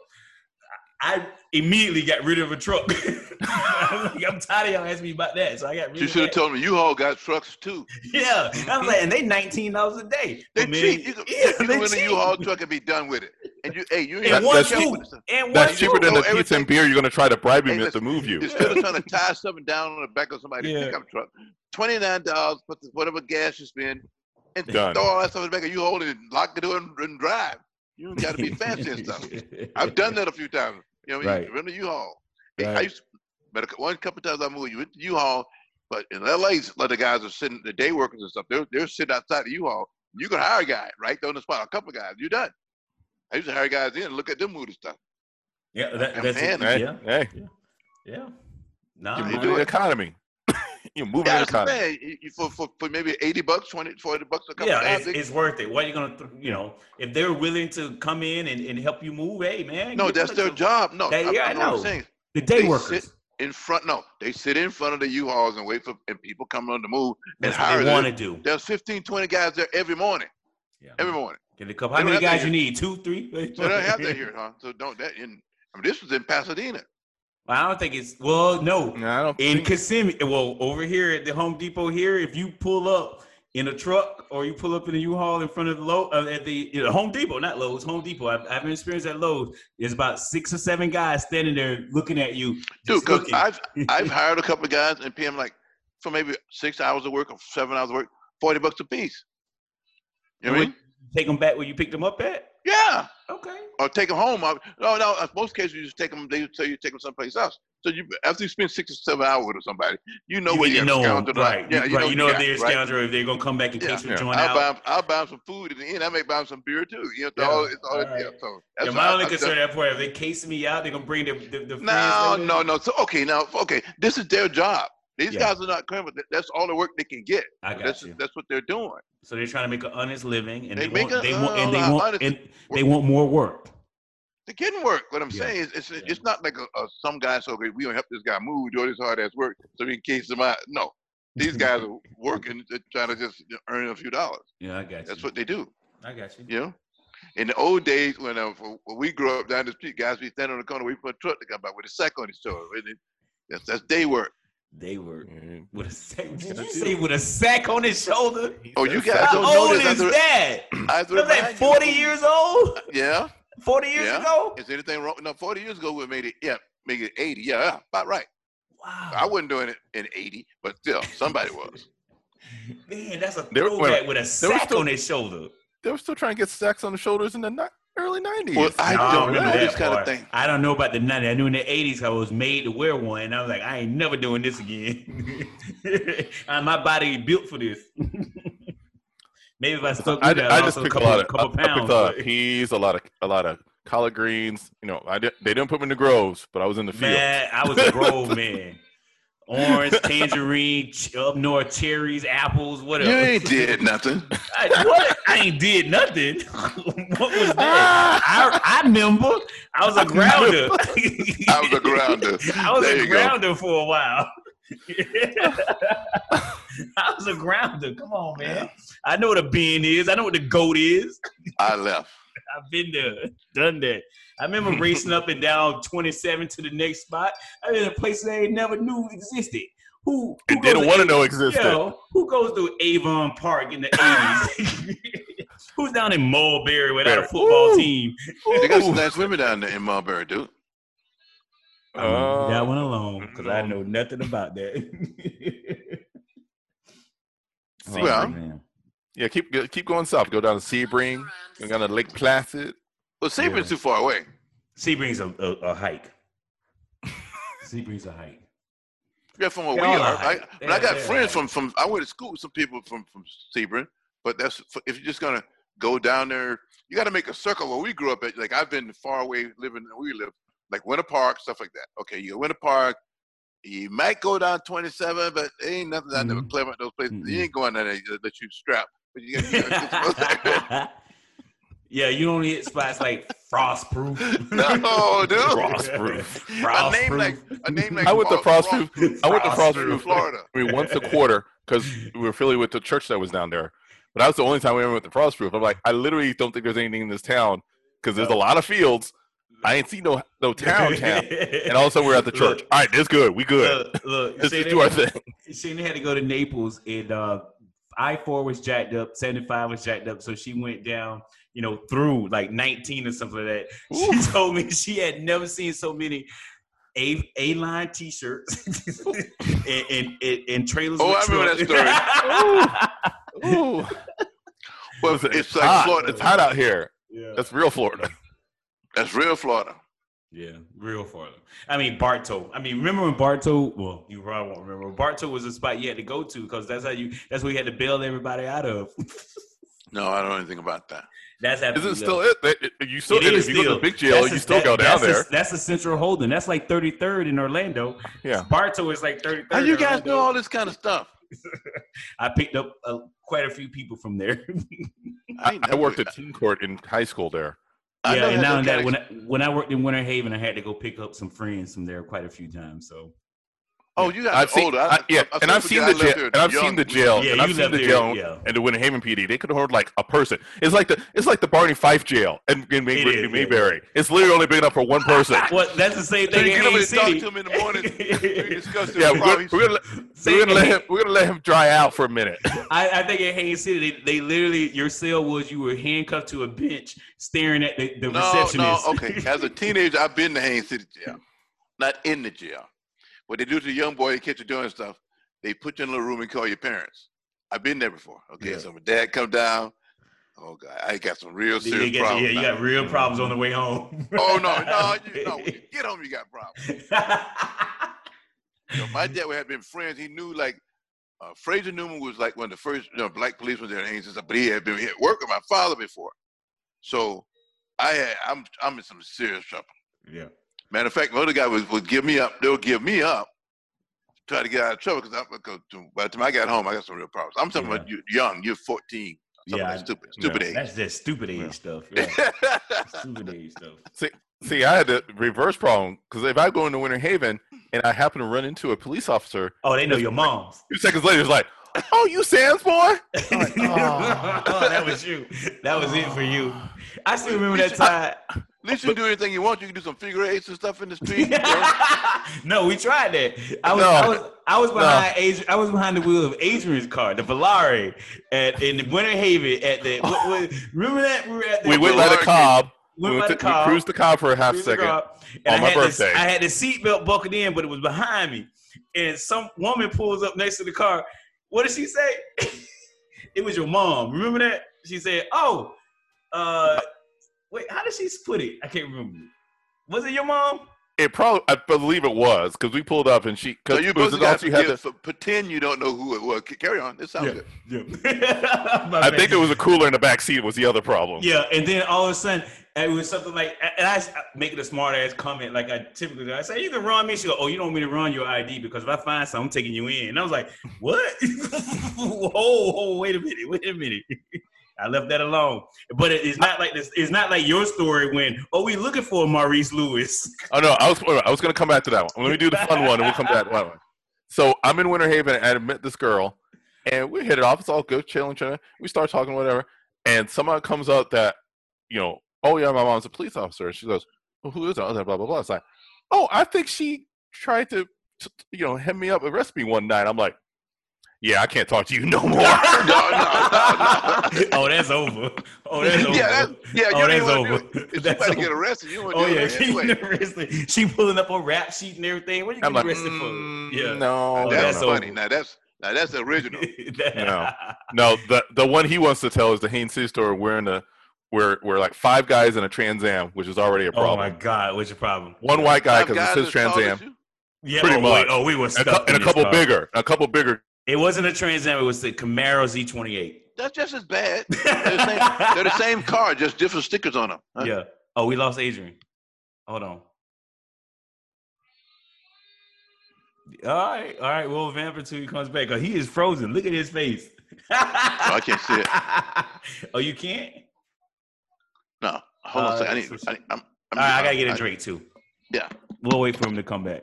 Speaker 2: I immediately got rid of a truck. I'm like, I'm tired of y'all asking me about that, so I got rid
Speaker 3: You
Speaker 2: of
Speaker 3: should have
Speaker 2: that.
Speaker 3: told me U-Haul got trucks too.
Speaker 2: Yeah, I was like, and they nineteen dollars a day.
Speaker 3: They
Speaker 2: But, man,
Speaker 3: cheap. You can,
Speaker 2: yeah,
Speaker 3: you
Speaker 2: they
Speaker 3: can win a
Speaker 2: cheap.
Speaker 3: U-Haul truck and be done with it. And you, hey, you ain't
Speaker 1: That-
Speaker 3: got
Speaker 1: that's
Speaker 3: to
Speaker 1: cheap.
Speaker 3: help with this.
Speaker 2: And one
Speaker 1: That's
Speaker 3: you
Speaker 1: cheaper than
Speaker 3: know
Speaker 1: the pizza
Speaker 3: everything-
Speaker 1: and beer you're going to try to bribe
Speaker 3: Hey,
Speaker 1: him to
Speaker 3: listen,
Speaker 1: move you.
Speaker 3: Instead of trying to tie something down on the back of somebody's
Speaker 2: Yeah.
Speaker 3: pickup truck, twenty nine dollars plus whatever gas you spend, and
Speaker 1: Done.
Speaker 3: throw all that stuff in the back of U-Haul and lock the door and, and drive. You ain't got to be fancy and stuff. I've done that a few times. You know, what I mean?
Speaker 2: Right.
Speaker 3: rent a U-Haul. I
Speaker 2: Right.
Speaker 3: used, but a cou- one couple times I moved, you went to U-Haul, but in LA, a lot of the guys are sitting, the day workers and stuff, they're, they're sitting outside the U-Haul. You can hire a guy right there on the spot, a couple guys, you're done. I used to hire guys in and look at them movie stuff.
Speaker 2: Yeah, that,
Speaker 3: And
Speaker 2: that's
Speaker 3: man,
Speaker 1: Hey,
Speaker 2: it. Yeah, Uh-huh.
Speaker 1: hey,
Speaker 2: yeah.
Speaker 1: you're
Speaker 2: Nah,
Speaker 3: you
Speaker 2: nah,
Speaker 1: moving
Speaker 3: do
Speaker 1: the
Speaker 3: it.
Speaker 1: economy. you're moving
Speaker 3: Yeah,
Speaker 1: the
Speaker 3: that's the
Speaker 1: economy.
Speaker 3: thing. You- you- For, for, for maybe 80 bucks, 20, 40 bucks, a couple
Speaker 2: yeah,
Speaker 3: guys.
Speaker 2: it's,
Speaker 3: they-
Speaker 2: it's worth it. What you gonna, th- you know, if they're willing to come in and, and help you move, hey man,
Speaker 3: no,
Speaker 2: give
Speaker 3: that's
Speaker 2: them
Speaker 3: their
Speaker 2: some-
Speaker 3: job. No,
Speaker 2: They-
Speaker 3: I'm,
Speaker 2: yeah, I
Speaker 3: I'm not
Speaker 2: know.
Speaker 3: saying
Speaker 2: The day
Speaker 3: They
Speaker 2: workers.
Speaker 3: sit- in front. No, they sit in front of the U-Hauls and wait for and people come on the move and
Speaker 2: that's
Speaker 3: hire
Speaker 2: what they want
Speaker 3: them.
Speaker 2: to do.
Speaker 3: There's 15, 20 guys there every morning.
Speaker 2: Yeah.
Speaker 3: Every morning.
Speaker 2: Get a couple.
Speaker 3: they
Speaker 2: How
Speaker 3: don't
Speaker 2: many
Speaker 3: have that
Speaker 2: guys you need? Two, three.
Speaker 3: So they don't have that here, huh? So don't that in I mean, this was in Pasadena.
Speaker 2: Well, I don't think it's. Well, no.
Speaker 1: No, I don't.
Speaker 2: In
Speaker 1: think-
Speaker 2: Kissimmee, well, over here at the Home Depot here, if you pull up in a truck or you pull up in a U-Haul in front of Lowe, uh, at the you know, Home Depot, not Lowe's, Home Depot. I've, I've been experienced at Lowe's. There's about six or seven guys standing there looking at you.
Speaker 3: Dude,
Speaker 2: just
Speaker 3: because
Speaker 2: looking.
Speaker 3: I've I've hired a couple of guys and PM like for maybe six hours of work or seven hours of work, forty bucks a piece. You know what I mean?
Speaker 2: take them back where you picked them up at.
Speaker 3: Yeah.
Speaker 2: Okay.
Speaker 3: Or take them home. I- No, no. in Most cases, you just take them. They tell you take them someplace else. So you after you spend six or seven hours with somebody, you know
Speaker 2: you
Speaker 3: what
Speaker 2: you
Speaker 3: you
Speaker 2: know,
Speaker 3: got
Speaker 2: 'em,
Speaker 3: scoundrel.
Speaker 2: right?
Speaker 3: Yeah,
Speaker 2: you, right.
Speaker 3: what
Speaker 2: You know if
Speaker 3: got,
Speaker 2: they're a
Speaker 3: right?
Speaker 2: scoundrel, if they're gonna come back in
Speaker 3: Yeah.
Speaker 2: case we
Speaker 1: Yeah.
Speaker 2: join
Speaker 3: I'll
Speaker 2: out.
Speaker 3: buy, 'em- I'll buy 'em some food in the end. I may buy 'em some beer too. You know, it's
Speaker 2: Yeah.
Speaker 3: all, it's all,
Speaker 2: All right.
Speaker 3: yeah, so
Speaker 2: Yeah,
Speaker 3: that's
Speaker 2: my
Speaker 3: all-
Speaker 2: only
Speaker 3: I-
Speaker 2: concern at that point, if they case me out, they're gonna bring the the, the
Speaker 3: No,
Speaker 2: friends.
Speaker 3: no, no. So okay, now okay, this is their job. These
Speaker 2: Yeah.
Speaker 3: guys are not criminal. That- That's all the work they can get.
Speaker 2: I got
Speaker 3: That's
Speaker 2: you.
Speaker 3: that's what they're doing.
Speaker 2: So they're trying to make an honest living, and
Speaker 3: They
Speaker 2: they,
Speaker 3: make
Speaker 2: want,
Speaker 3: a-
Speaker 2: they want, and they
Speaker 3: uh,
Speaker 2: want,
Speaker 3: honest-
Speaker 2: and they want more work.
Speaker 3: They can work. What I'm
Speaker 2: Yeah.
Speaker 3: saying is, it's
Speaker 2: Yeah.
Speaker 3: it's not like a, a some guy. So okay, we gonna help this guy move, do all this hard ass work, so we can case them out. No, these guys are working, they're trying to just earn a few dollars.
Speaker 2: Yeah, I got you.
Speaker 3: That's what they do.
Speaker 2: I got you.
Speaker 3: You know. In the old days, when, uh, when we grew up down the street, guys be standing on the corner waiting for a truck to come by with a sack on his shoulder. And it- That's that's day work.
Speaker 2: They were with a sack. Did
Speaker 1: Yeah,
Speaker 2: you
Speaker 1: too.
Speaker 2: say with a sack on his shoulder?
Speaker 3: Oh, you guys
Speaker 2: How
Speaker 3: don't know
Speaker 2: old
Speaker 3: this. I
Speaker 2: is
Speaker 3: have to-
Speaker 2: that?
Speaker 3: I have to
Speaker 2: Was that
Speaker 3: remind you.
Speaker 2: forty years old?
Speaker 3: Yeah.
Speaker 2: Forty years
Speaker 3: Yeah.
Speaker 2: ago?
Speaker 3: Is there anything wrong? No, 40 years ago we made it. Yeah, make it 80. Yeah, yeah, about right.
Speaker 2: Wow.
Speaker 3: I wasn't doing it in 80, but still, somebody was.
Speaker 2: Man, that's a
Speaker 1: There- wait,
Speaker 2: throwback with a sack
Speaker 1: still-
Speaker 2: on his shoulder.
Speaker 1: They were still trying to get sacks on the shoulders in the ni- early 90s.
Speaker 3: Well, I
Speaker 2: No,
Speaker 3: don't
Speaker 1: remember
Speaker 3: know
Speaker 1: that
Speaker 3: this kind
Speaker 2: part.
Speaker 3: of thing.
Speaker 2: I don't know about the 90s. I knew in the 80s I was made to wear one. And I was like, I ain't never doing this again. Uh, My body ain't built for this. Maybe if I stuck
Speaker 1: I,
Speaker 2: with that,
Speaker 1: I
Speaker 2: I
Speaker 1: just
Speaker 2: also a
Speaker 1: picked a
Speaker 2: couple,
Speaker 1: lot of
Speaker 2: couple
Speaker 1: I- I picked
Speaker 2: pounds.
Speaker 1: a lot
Speaker 2: but-
Speaker 1: of peas, a lot of a lot of collard greens. You know, I did, they didn't put me in the groves, but I was in the field.
Speaker 2: Man, I was a grove man. Orange, tangerine, ch- up north cherries, apples, what else?
Speaker 3: You ain't did nothing.
Speaker 2: I, what? I ain't did nothing. what was that?
Speaker 1: Ah!
Speaker 2: I, I remember. I was a grounder.
Speaker 3: I was a grounder.
Speaker 2: I was
Speaker 3: there
Speaker 2: a
Speaker 3: you go.
Speaker 2: grounder for a while. I was a grounder. Come on, man. I know what a bin is. I know what the goat is.
Speaker 3: I left.
Speaker 2: I've been there, done that. I remember racing up and down 27 to the next spot. I was in a place that I never knew existed. Who, who
Speaker 1: It didn't
Speaker 2: goes
Speaker 1: want to
Speaker 2: Avon-
Speaker 1: know existed.
Speaker 2: Yo, who goes to Avon Park in the 80s? Who's down in Mulberry without a
Speaker 1: Barry.
Speaker 2: football
Speaker 1: Ooh.
Speaker 2: team?
Speaker 3: They got some
Speaker 1: Ooh.
Speaker 3: nice women down there in Mulberry, dude.
Speaker 2: I'm gonna leave
Speaker 1: Uh,
Speaker 3: Oh,
Speaker 2: that Oh, one alone because I
Speaker 1: no.
Speaker 2: know nothing about that. Seabreeze
Speaker 3: Well,
Speaker 2: now.
Speaker 1: Yeah, keep go- keep going south. Go down to Sebring. Go down to Lake Placid.
Speaker 3: Well, Sebring's
Speaker 2: Yeah.
Speaker 3: too far away.
Speaker 2: Sebring's a, a, a hike. Sebring's a hike.
Speaker 3: Yeah, from where
Speaker 2: They're
Speaker 3: we
Speaker 2: all
Speaker 3: are.
Speaker 2: all
Speaker 3: I,
Speaker 2: right.
Speaker 3: but I
Speaker 2: They're-
Speaker 3: got
Speaker 2: they're
Speaker 3: friends
Speaker 2: all
Speaker 3: from from. I went to school with some people from from Sebring. But that's if you're just gonna go down there, you got to make a circle where we grew up. At like I've been far away living where we live, like Winter Park, stuff like that. Okay, you go Winter Park. You might go down 27, but there ain't nothing down there but
Speaker 2: Mhm.
Speaker 3: Clement. Those places you
Speaker 2: Mhm.
Speaker 3: ain't going down there that that you strap. But you got,
Speaker 2: yeah, you don't hit spots like frostproof.
Speaker 3: No, dude.
Speaker 1: Frostproof.
Speaker 3: a name like a name like
Speaker 1: I went to
Speaker 3: Frost-
Speaker 1: Frostproof.
Speaker 2: Frostproof.
Speaker 1: I went to Frostproof.
Speaker 3: Florida.
Speaker 1: I mean, once a quarter because we were affiliated with the church that was down there. But that was the only time we ever went to Frostproof. I'm like, I literally don't think there's anything in this town because there's a lot of fields. I ain't seen no no town town. And also, we're at the church. All right, this good. We good.
Speaker 2: Look, look,
Speaker 1: Let's
Speaker 2: see,
Speaker 1: just
Speaker 2: they-
Speaker 1: do our thing.
Speaker 2: She had to go to Naples, and uh, I four was jacked up, seventy five was jacked up, so she went down, you know, through like nineteen or something like that.
Speaker 1: Ooh.
Speaker 2: She told me she had never seen so many a a line t shirts and, and, and and trailers.
Speaker 3: Oh,
Speaker 2: with
Speaker 3: I remember
Speaker 2: trucks.
Speaker 1: that Ooh.
Speaker 3: Well,
Speaker 1: Listen,
Speaker 3: it's like
Speaker 1: hot.
Speaker 3: Florida.
Speaker 1: It's hot out here.
Speaker 2: yeah.
Speaker 1: That's real Florida.
Speaker 3: That's real Florida.
Speaker 2: Yeah, real for them. I mean, Bartow. I mean, remember when Bartow? Well, you probably won't remember. Bartow was a spot you had to go to because that's how you. That's where you had to bail everybody out of.
Speaker 3: No, I don't know anything about that.
Speaker 2: that's after
Speaker 1: Is
Speaker 2: you
Speaker 1: it still
Speaker 2: left.
Speaker 1: it? That- it- You still
Speaker 2: It
Speaker 1: if
Speaker 2: is
Speaker 1: you go to
Speaker 2: still.
Speaker 1: the big jail,
Speaker 2: That's
Speaker 1: you
Speaker 2: a-
Speaker 1: still
Speaker 2: that-
Speaker 1: go down
Speaker 2: that's
Speaker 1: there.
Speaker 2: A, that's a central holding. That's like 33rd in Orlando.
Speaker 1: Yeah.
Speaker 2: Bartow is like 33rd.
Speaker 3: How you
Speaker 2: in
Speaker 3: guys
Speaker 2: Orlando.
Speaker 3: know all this kind of stuff?
Speaker 2: I picked up uh, quite a few people from there.
Speaker 1: I, I
Speaker 3: know
Speaker 1: worked
Speaker 3: it.
Speaker 1: at teen court in high school there.
Speaker 3: I
Speaker 2: yeah,
Speaker 3: know
Speaker 2: and
Speaker 3: that's
Speaker 2: now
Speaker 3: a
Speaker 2: and that
Speaker 3: kinda-
Speaker 2: when I, when I worked in Winter Haven, I had to go pick up some friends from there quite a few times. So
Speaker 3: oh, you guys
Speaker 1: I've
Speaker 3: are
Speaker 1: seen,
Speaker 3: older.
Speaker 1: I, yeah,
Speaker 3: I
Speaker 1: and I've
Speaker 3: feel
Speaker 1: seen
Speaker 3: like
Speaker 1: the
Speaker 3: I
Speaker 1: jail,
Speaker 3: left here
Speaker 1: and I've
Speaker 3: young.
Speaker 1: seen the jail,
Speaker 2: yeah,
Speaker 1: and I've seen
Speaker 2: left
Speaker 1: the
Speaker 2: there,
Speaker 1: jail,
Speaker 2: Yeah.
Speaker 1: and the Winhaven PD. They could hold like a person. It's like the it's like the Barney Fife jail in, in Mayberry.
Speaker 2: is, yeah.
Speaker 1: Mayberry. It's literally only big enough for one person.
Speaker 2: Well, that's the same
Speaker 3: So
Speaker 2: thing.
Speaker 3: you
Speaker 2: in
Speaker 3: get up
Speaker 2: Haines
Speaker 3: and talk
Speaker 2: City.
Speaker 3: to him in the morning. We discussed
Speaker 1: yeah,
Speaker 3: it.
Speaker 1: we're gonna, we're gonna, let- we're gonna let him we're gonna let him dry out for a minute.
Speaker 2: I, I think in Haines City, they, they literally your cell was you were handcuffed to a bench, staring at the, the
Speaker 3: no,
Speaker 2: receptionist.
Speaker 3: no, okay. As a teenager, I've been to Haines City Jail, not in the jail. What they do to the young boy, they catch you doing stuff. They put you in a little room and call your parents. I've been there before. Okay,
Speaker 2: Yeah.
Speaker 3: so my dad come down. Oh God, I got some real
Speaker 2: Yeah, you
Speaker 3: serious
Speaker 2: get-
Speaker 3: problems.
Speaker 2: yeah, you
Speaker 3: now.
Speaker 2: got real problems on the way home.
Speaker 3: Oh no, no, you, no! When you get home, you got problems. You know, my dad we had been friends. He knew like uh, Fraser Newman was like one of the first you know, black policemen there in Haines, and stuff, but he had been he had worked with my father before. So I had, I'm I'm in some serious trouble.
Speaker 2: yeah.
Speaker 3: Matter of fact, another guy would, would give me up. They'll give me up, try to get out of trouble because I'm because to- by the time I got home, I got some real problems. I'm talking
Speaker 2: Yeah.
Speaker 3: about you, young. You're 14. Something
Speaker 2: Yeah,
Speaker 3: like
Speaker 2: I-
Speaker 3: stupid, stupid
Speaker 2: That's that stupid age
Speaker 1: Yeah.
Speaker 2: stuff. Yeah.
Speaker 3: age.
Speaker 2: stupid age stuff.
Speaker 1: See, I had the reverse problem because if I go into Winter Haven and I happen to run into a police officer,
Speaker 2: Oh, they know your mom's.
Speaker 1: two seconds later it's like, "Oh, you Sam's boy."
Speaker 2: oh, that was you. That was it for you. I still remember that time.
Speaker 3: At least you can do anything you want. You can do some figure eights and stuff in the street. you know?
Speaker 2: no, we tried that. I was,
Speaker 1: No.
Speaker 2: I was, I was behind Adri- I was behind the wheel of Adrian's car, the Valari, at in Winter Haven. At the what, what, remember that we were at the
Speaker 1: We went by
Speaker 3: Lord,
Speaker 1: the Cobb.
Speaker 2: went
Speaker 1: we,
Speaker 2: by
Speaker 1: went
Speaker 2: the
Speaker 1: to-
Speaker 2: Cobb.
Speaker 1: we cruised the Cobb for a half
Speaker 2: Cruise the
Speaker 1: second.
Speaker 2: car, and
Speaker 1: on
Speaker 2: I
Speaker 1: my
Speaker 2: had this-
Speaker 1: birthday.
Speaker 2: I had the seatbelt buckled in, but it was behind me. And some woman pulls up next to the car. What did she say? it was your mom. Remember that? She said, "Oh, uh, wait, how did she put it? I can't remember. Was it your mom?
Speaker 1: It probably, I believe it was, because we pulled up and she. Cause
Speaker 3: So you
Speaker 1: it was
Speaker 3: both
Speaker 1: an
Speaker 3: got
Speaker 1: officer
Speaker 3: to
Speaker 1: you had to,
Speaker 3: give- pretend you don't know who it was. C- Carry on. It sounds
Speaker 2: Yeah.
Speaker 3: good.
Speaker 2: Yeah.
Speaker 1: I think there was a cooler in the back seat was the other problem.
Speaker 2: Yeah, and then all of a sudden it was something like, and I s- making a smart ass comment like I typically do. I say, "You can run me." She go, "Oh, you don't want me to run your ID because if I find something, I'm taking you in." And I was like, "What? whoa, whoa, wait a minute, wait a minute." I left that alone. But it- it's not like this. It's not like your story when, "Oh, we looking for Maurice Lewis."
Speaker 1: Oh no, I was wait, wait, I was gonna come back to that one. Let me do the fun one, and we'll come back to that one. So I'm in Winter Haven, and I met this girl, and we hit it off. It's all good, chilling, chilling. We start talking, whatever, and somehow it comes out that, you know, oh yeah, my mom's a police officer. And she goes, well, who is it? I was like, blah blah blah. It's like, oh, I think she tried to, t- you know, hem me up, arrest me one night. I'm like, yeah, I can't talk to you no more.
Speaker 3: Oh, No, no, no, no.
Speaker 2: oh, that's over. Oh, that's over.
Speaker 3: Yeah, that's, yeah.
Speaker 2: oh,
Speaker 3: you
Speaker 2: that's
Speaker 3: didn't want
Speaker 2: over.
Speaker 3: to do it. If
Speaker 2: That's
Speaker 3: somebody get
Speaker 2: over.
Speaker 3: arrested, you want to
Speaker 2: Oh
Speaker 3: do
Speaker 2: yeah,
Speaker 3: it
Speaker 2: she,
Speaker 3: anyway.
Speaker 2: seriously, she pulling up a rap sheet and everything. What are you
Speaker 1: I'm
Speaker 2: getting
Speaker 1: like,
Speaker 2: arrested for?
Speaker 1: mm,
Speaker 2: Yeah.
Speaker 1: no,
Speaker 2: Oh,
Speaker 1: no,
Speaker 3: that's
Speaker 1: no.
Speaker 2: over.
Speaker 3: funny. Now that's Now that's the original.
Speaker 1: No. No, the the one he wants to tell is the Haines City story. We're in a we're we're like five guys in a Trans Am, which is already a
Speaker 2: Oh my
Speaker 1: problem.
Speaker 2: God, what's your problem?
Speaker 1: One white guy
Speaker 3: Five
Speaker 1: because
Speaker 3: guys
Speaker 1: it says
Speaker 3: as tall
Speaker 1: Trans
Speaker 3: as
Speaker 1: Am,
Speaker 3: you?
Speaker 2: Yeah,
Speaker 1: Pretty
Speaker 2: oh, wait,
Speaker 1: much.
Speaker 2: oh, we were
Speaker 1: and,
Speaker 2: stuck
Speaker 1: a cou- and
Speaker 2: in
Speaker 1: a
Speaker 2: this
Speaker 1: couple
Speaker 2: car.
Speaker 1: bigger, a couple bigger.
Speaker 2: It wasn't a Trans Am. It was the E Camaro Z28.
Speaker 3: That's just as bad. They're the same, they're the same car, just different stickers on them. huh?
Speaker 2: Yeah. Oh, we lost Adrian. Hold on. All right, all right. We'll vamp until he comes back. Oh, he is frozen. Look at his face.
Speaker 1: Oh,
Speaker 2: I
Speaker 3: can't see
Speaker 2: it. Oh, you can't.
Speaker 3: No, hold on a
Speaker 2: Uh,
Speaker 3: second. I need. I, need- I'm, I'm
Speaker 2: All right, I gotta get a drink too.
Speaker 3: Yeah.
Speaker 2: We'll wait for him to come back.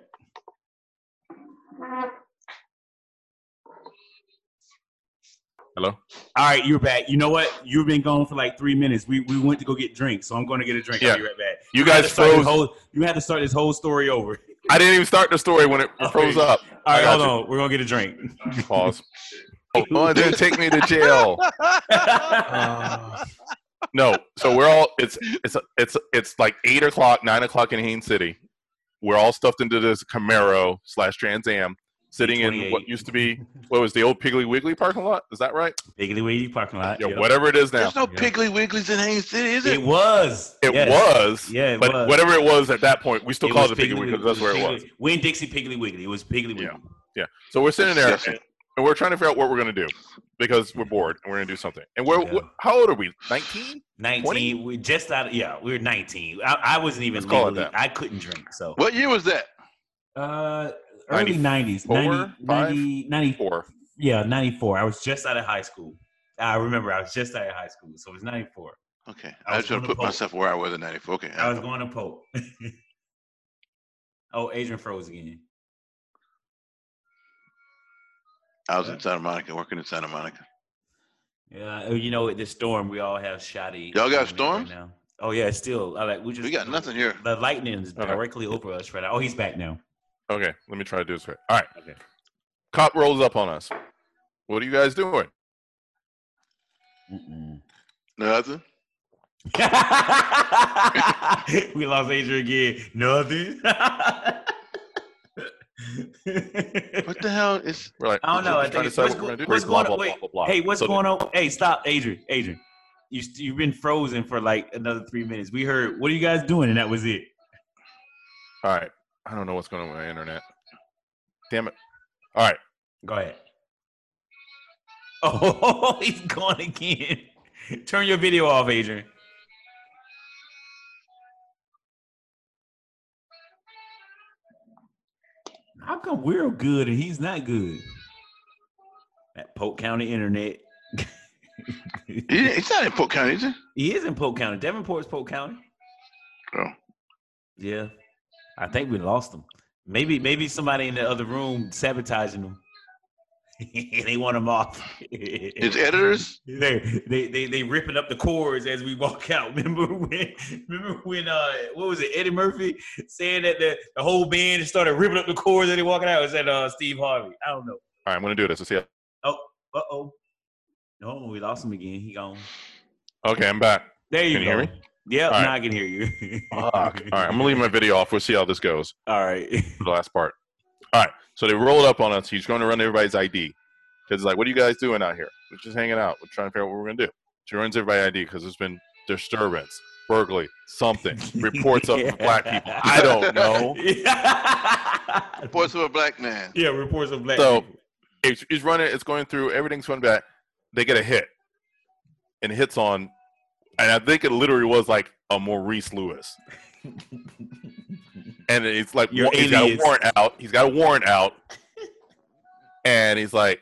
Speaker 1: Hello.
Speaker 2: All right, you're back. You know what? You've been gone for like three minutes. We we went to go get drinks, so I'm going to get a drink. I'll
Speaker 1: Yeah.
Speaker 2: be right back.
Speaker 1: You
Speaker 2: had
Speaker 1: guys
Speaker 2: to start this
Speaker 1: froze.
Speaker 2: Whole, you had to start this whole story over.
Speaker 1: I didn't even start the story when it froze
Speaker 2: Okay.
Speaker 1: up.
Speaker 2: All
Speaker 1: I
Speaker 2: right,
Speaker 1: got
Speaker 2: hold on. We're gonna get a drink.
Speaker 1: you. Pause. Oh, oh, it didn't take me to jail.
Speaker 2: Uh,
Speaker 1: No, so we're all it's it's it's it's like eight o'clock, nine o'clock in Haines City. We're all stuffed into this Camaro slash Trans Am, sitting in what
Speaker 2: 28.
Speaker 1: used to be what was the old Piggly Wiggly parking lot. Is that right?
Speaker 2: Biggly Wiggly parking lot.
Speaker 1: Yeah,
Speaker 2: yep.
Speaker 1: whatever it is now.
Speaker 3: There's no
Speaker 2: Yeah.
Speaker 3: Piggly Wigglies in Haines City, is
Speaker 2: It
Speaker 3: it?
Speaker 2: was.
Speaker 1: It
Speaker 2: Yes.
Speaker 1: was,
Speaker 2: Yeah, it
Speaker 1: but
Speaker 2: was.
Speaker 1: whatever it was at that point, we still
Speaker 2: It
Speaker 1: call
Speaker 2: was
Speaker 1: it the Piggly Wiggly because that's where it was.
Speaker 2: Piggly- Win Dixie Piggly Wiggly. It was Piggly Wiggly.
Speaker 1: Yeah. So we're sitting there
Speaker 3: Disgusting.
Speaker 1: and, and we're trying to figure out what we're gonna do because we're bored and we're gonna do something. And we're
Speaker 2: Yeah.
Speaker 1: wh- how old are we? Nineteen?
Speaker 2: 19.
Speaker 1: 20?
Speaker 2: We just out. Yeah, we were 19. I, I wasn't even
Speaker 1: Let's call it
Speaker 2: legally-
Speaker 1: that.
Speaker 2: I couldn't drink. So.
Speaker 3: What year was that?
Speaker 2: Uh, early 90s. 90,
Speaker 1: 94,
Speaker 2: 90, 90
Speaker 1: Or
Speaker 2: Yeah, 94. I was just out of high school. I remember I was just out of high school. So it was 94.
Speaker 3: Okay,
Speaker 2: I
Speaker 3: I
Speaker 2: was
Speaker 3: was trying
Speaker 2: on the
Speaker 3: to put
Speaker 2: pole.
Speaker 3: myself where I was in '94. Okay,
Speaker 2: I was going to Pope. oh, Adrian froze again.
Speaker 3: I was in Santa Monica, working in Santa Monica.
Speaker 2: Yeah, oh, you know, with this storm, we all have shoddy.
Speaker 3: Y'all got
Speaker 2: storms
Speaker 3: storms?
Speaker 2: Right now. Oh, yeah, it's still. I like, we just.
Speaker 3: We got nothing here.
Speaker 2: The lightning's
Speaker 1: Okay.
Speaker 2: directly over us right now. Oh, he's back now.
Speaker 1: okay, let me try to do this right. All right.
Speaker 2: Okay.
Speaker 1: Cop rolls up on us. What are you guys doing?
Speaker 2: Mm-mm.
Speaker 3: Nothing.
Speaker 2: we lost Adrian again. Nothing.
Speaker 3: What the hell is?
Speaker 1: We're like,
Speaker 2: I don't
Speaker 1: we're
Speaker 2: know. I
Speaker 1: just trying
Speaker 2: think
Speaker 1: to
Speaker 2: it's-
Speaker 1: decide
Speaker 2: what's
Speaker 1: what we're gonna
Speaker 2: go-
Speaker 1: do.
Speaker 2: what's
Speaker 1: Blah,
Speaker 2: going
Speaker 1: blah, blah,
Speaker 2: on? Wait.
Speaker 1: blah, blah.
Speaker 2: Hey, what's
Speaker 1: So
Speaker 2: going on? Hey, stop, Adrian. Adrian, you st- you've been frozen for like another three minutes. We heard, what are you guys doing? And that was it.
Speaker 1: All right. I don't know what's going on with my internet. Damn it. All right.
Speaker 2: Go ahead. Oh, he's gone again. Turn your video off, Adrian. How come we're good and he's not good? That Polk County internet.
Speaker 3: He- He's not in Polk County, is he?
Speaker 2: He is in Polk County. Davenport's Polk County.
Speaker 3: Oh.
Speaker 2: Yeah. I think we lost him. Maybe maybe somebody in the other room sabotaging him. they want him off.
Speaker 3: His editors.
Speaker 2: They they they they ripping up the cords as we walk out. Remember when? Remember when? Uh, what was it? Eddie Murphy saying that the, the whole band started ripping up the cords as they walking out. It Was that uh Steve Harvey? I don't know.
Speaker 1: All right. I'm going to do this. Let's see. how-
Speaker 2: Uh oh. No, we lost him again. He gone.
Speaker 1: Okay. I'm back.
Speaker 2: There you
Speaker 1: Can you
Speaker 2: go.
Speaker 1: hear me?
Speaker 2: Yep,
Speaker 1: All right.
Speaker 2: now I can hear you.
Speaker 1: All right. I'm going to leave my video off. We'll see how this goes.
Speaker 2: All right.
Speaker 1: for the last part. All right. So they rolled up on us. He's going to run everybody's ID. Because like, what are you guys doing out here? We're just hanging out. We're trying to figure out what we're going to do. She runs everybody's ID because there's been disturbance, burglary, something, reports of black people. I don't know.
Speaker 3: Voice of a black man.
Speaker 2: yeah, reports of black.
Speaker 1: So-
Speaker 2: people.
Speaker 1: It's, it's running. It's going through. Everything's going back. They get a hit. And it hits on, and I think it literally was like a Maurice Lewis. and it's like
Speaker 2: Your
Speaker 1: wa- he's got a
Speaker 2: alias.
Speaker 1: warrant out. He's got a warrant out, and he's like,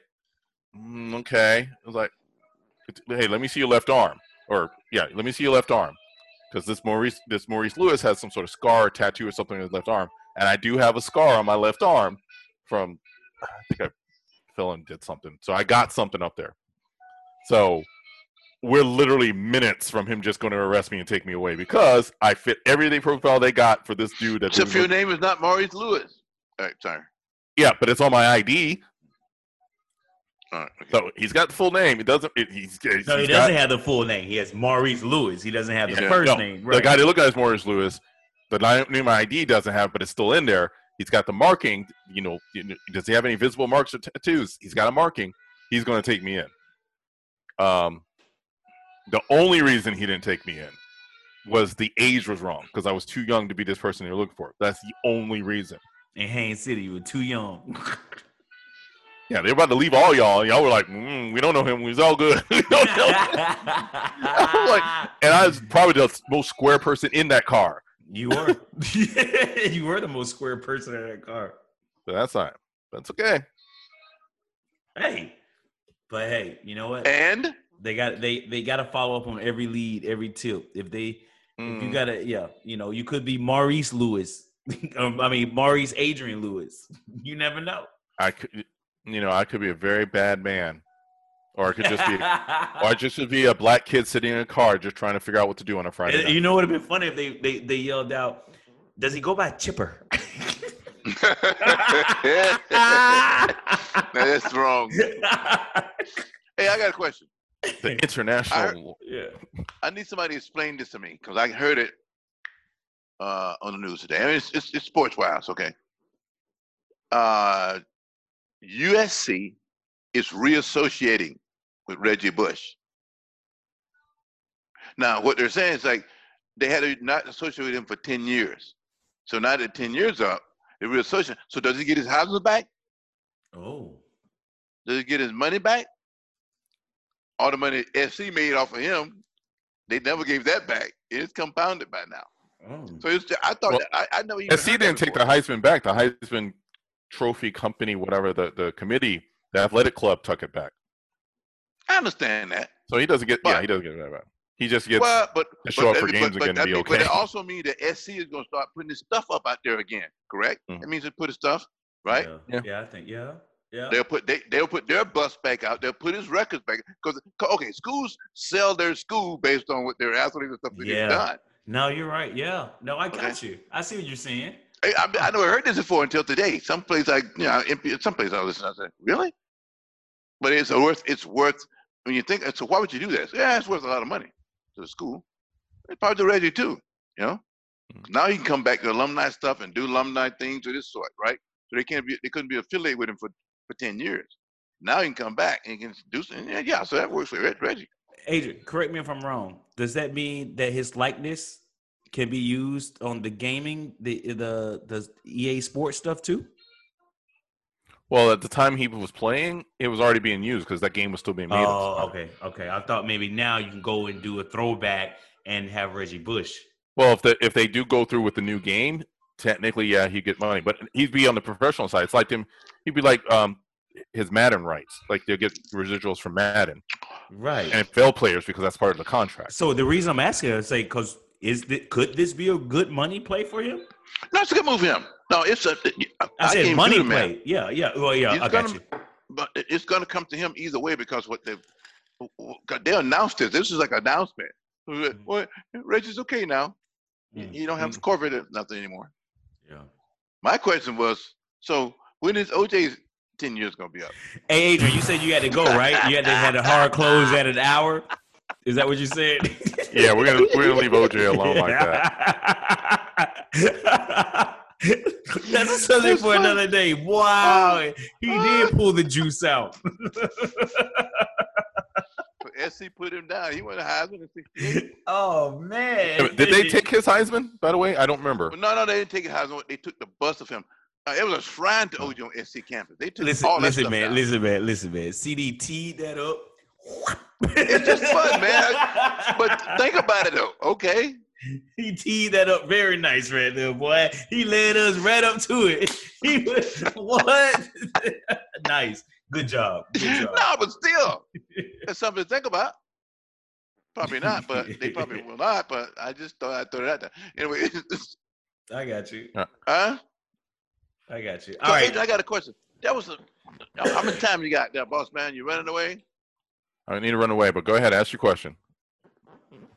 Speaker 1: "Mm, "Okay." I was like, "Hey, let me see your left arm," or "Yeah, let me see your left arm," because this Maurice this Maurice Lewis has some sort of scar, or tattoo, or something on his left arm, and I do have a scar on my left arm from I think I fell and did something, so I got something up there. So we're literally minutes from him just going to arrest me and take me away because I fit everything profile they got for this dude. That didn't
Speaker 3: Except for your
Speaker 1: look-
Speaker 3: name is not Maurice Lewis. All right, sorry.
Speaker 1: yeah, but it's on my ID,
Speaker 3: All right. Okay.
Speaker 1: so he's got the full name. It doesn't. It, he's, he's
Speaker 2: No, he
Speaker 1: got-
Speaker 2: doesn't have the full name. He has Maurice Lewis. He doesn't have the
Speaker 3: Yeah.
Speaker 2: first
Speaker 1: No,
Speaker 2: name.
Speaker 1: The
Speaker 2: Right.
Speaker 1: guy they look at is Morris Lewis. The li- name on my ID doesn't have, but it's still in there. He's He's got the marking. You know, you know, does he have any visible marks or tattoos? He's got a marking. He's going to take me in. Um, the only reason he didn't take me in was the age was wrong because I was too young to be this person they're looking for. That's the only reason.
Speaker 2: In Haines City, you were too young.
Speaker 1: Yeah, they were about to leave all y'all. Y'all were like, mm, we don't know him. He's all good. We don't know him. I'm like, eh. and I was probably the most square person in that car.
Speaker 2: you were. you were the most square person in that car.
Speaker 1: But that's all right. That's okay.
Speaker 2: Hey, but hey, you know
Speaker 1: Eh.
Speaker 2: what?
Speaker 3: And
Speaker 2: They got they they got to follow up on every lead, every tip. If they if you
Speaker 1: Mm,
Speaker 2: gotta yeah, you know, you could be Maurice Lewis. um, I mean Maurice Adrian Lewis. You never know.
Speaker 1: I could, you know, I could be a very bad man, or I could just be, or I just could be a black kid sitting in a car just trying to figure out what to do on a Friday.
Speaker 2: And
Speaker 1: night.
Speaker 2: you know what would have been funny if they, they they yelled out, "Does he go by Chipper?"
Speaker 3: now that's wrong. Hey, I got a question.
Speaker 1: the international.
Speaker 2: yeah.
Speaker 3: I need somebody to explain this to me because I heard it uh, on the news today. I mean, it's, it's, it's sports wise, okay? Uh, USC is reassociating with Reggie Bush. Now, what they're saying is like they had to not associate with him for 10 years. So now that 10 years up, they reassociate. So does he get his houses back?
Speaker 2: Oh.
Speaker 3: Does he get his money back? All the money SC made off of him, they never gave that back. It's compounded by now.
Speaker 2: Oh.
Speaker 3: So it's just, I thought
Speaker 1: Well,
Speaker 3: that, I, I never even
Speaker 1: SC
Speaker 3: heard that
Speaker 1: didn't take the
Speaker 3: before.
Speaker 1: Heisman back. The Heisman Trophy Company, whatever the the committee, the athletic club took it back.
Speaker 3: I understand that.
Speaker 1: So he doesn't get. yeah,
Speaker 3: But-
Speaker 1: he doesn't get that back. He just gets.
Speaker 3: well, but
Speaker 1: to
Speaker 3: but
Speaker 1: show up
Speaker 3: that
Speaker 1: for
Speaker 3: mean-
Speaker 1: games
Speaker 3: but,
Speaker 1: again to
Speaker 3: but that
Speaker 1: be
Speaker 3: mean- But
Speaker 1: okay.
Speaker 3: it also means that SC is going to start putting this stuff up out there again. Correct?
Speaker 1: Mhm.
Speaker 3: That means they put his stuff right.
Speaker 2: Yeah.
Speaker 1: Yeah.
Speaker 2: Yeah, I think yeah. Yeah.
Speaker 3: They'll put they they'll put their bus back out. They'll put his records back because okay, schools sell their school based on what their athletes and stuff that
Speaker 2: Yeah.
Speaker 3: they've done.
Speaker 2: No, you're right. Yeah. No, I got
Speaker 3: Okay.
Speaker 2: you. I see what you're saying.
Speaker 3: I, I, I never heard this before until today. Someplace I, you know, in- someplace I listen. I said, really? But it's worth. It's worth. When you think, so why would you do this? Yeah, it's worth a lot of money to the school. It's probably to Reggie too. You know.
Speaker 2: Mm.
Speaker 1: Mhm.
Speaker 3: Now he can come back to alumni stuff and do alumni things of this sort, right? So they can't be. They couldn't be affiliated with him for for ten years. Now he can come back and he can do something. Yeah, yeah. So that works for Reg- Reggie.
Speaker 2: Adrian, correct me if I'm wrong. Does that mean that his likeness can be used on the gaming, the the the EA Sports stuff too?
Speaker 1: Well, at the time he was playing, it was already being used because that game was still being made. at the
Speaker 2: Oh,
Speaker 1: time.
Speaker 2: okay, okay. I thought maybe now you can go and do a throwback and have Reggie Bush.
Speaker 1: Well, if the if they do go through with the new game, technically, yeah, he'd get money, but he'd be on the professional side. It's like him. He'd be like um his Madden rights. Like they'll get residuals from Madden
Speaker 2: Right.
Speaker 1: and NFL players because that's part of the contract.
Speaker 2: So the reason I'm asking is say because is th- could this be a good money play for him?
Speaker 3: No, it's a good move for him. No, it's a. I,
Speaker 2: I
Speaker 3: can't
Speaker 2: said
Speaker 3: do
Speaker 2: money
Speaker 3: the math.
Speaker 2: play. Yeah, yeah. Well, yeah.
Speaker 3: He's
Speaker 2: I got
Speaker 3: gonna-
Speaker 2: you.
Speaker 3: but it- it's going to come to him either way because what they w- w- 'cause they announced this. This is like an announcement.
Speaker 2: Mhm.
Speaker 3: Well, Reggie's okay now. You-
Speaker 2: Mm,
Speaker 3: You don't have corporate or nothing anymore.
Speaker 2: Yeah.
Speaker 3: My question was, so when is OJ's ten years going to be up?
Speaker 2: Hey, Adrian, you said you had to go, right? You had to had a hard close at an hour. Is that what you said?
Speaker 1: Yeah, we're gonna we're gonna leave OJ alone like that.
Speaker 2: that. That's a subject for another day. Wow, he did pull the juice out.
Speaker 3: So SC put him down. He went to Heisman in '68.
Speaker 2: Oh man!
Speaker 1: Did they take his Heisman? By the way, I don't remember.
Speaker 3: Well, no, no, they didn't take Heisman. They took the bust of him. Uh, it was a shrine to OJ on SC campus. They took
Speaker 2: Listen,
Speaker 3: all that
Speaker 2: listen,
Speaker 3: stuff
Speaker 2: man,
Speaker 3: down.
Speaker 2: listen, man, listen, man. CD teed that up.
Speaker 3: It's just fun, man. But think about it though. Okay,
Speaker 2: He teed that up very nice right there, boy. He led us right up to it. He was, what? nice. Good job. Good job.
Speaker 3: no, but still, it's something to think about. Probably not, but they probably will not. But I just thought I'd throw it out there. Anyway, it's- it's-
Speaker 2: I got you.
Speaker 3: huh?
Speaker 2: I got you.
Speaker 3: So,
Speaker 2: All right.
Speaker 3: Adrian, I got a question. That was a, how much time you got there, boss man? You running away?
Speaker 1: I need to run away, but go ahead, ask your question.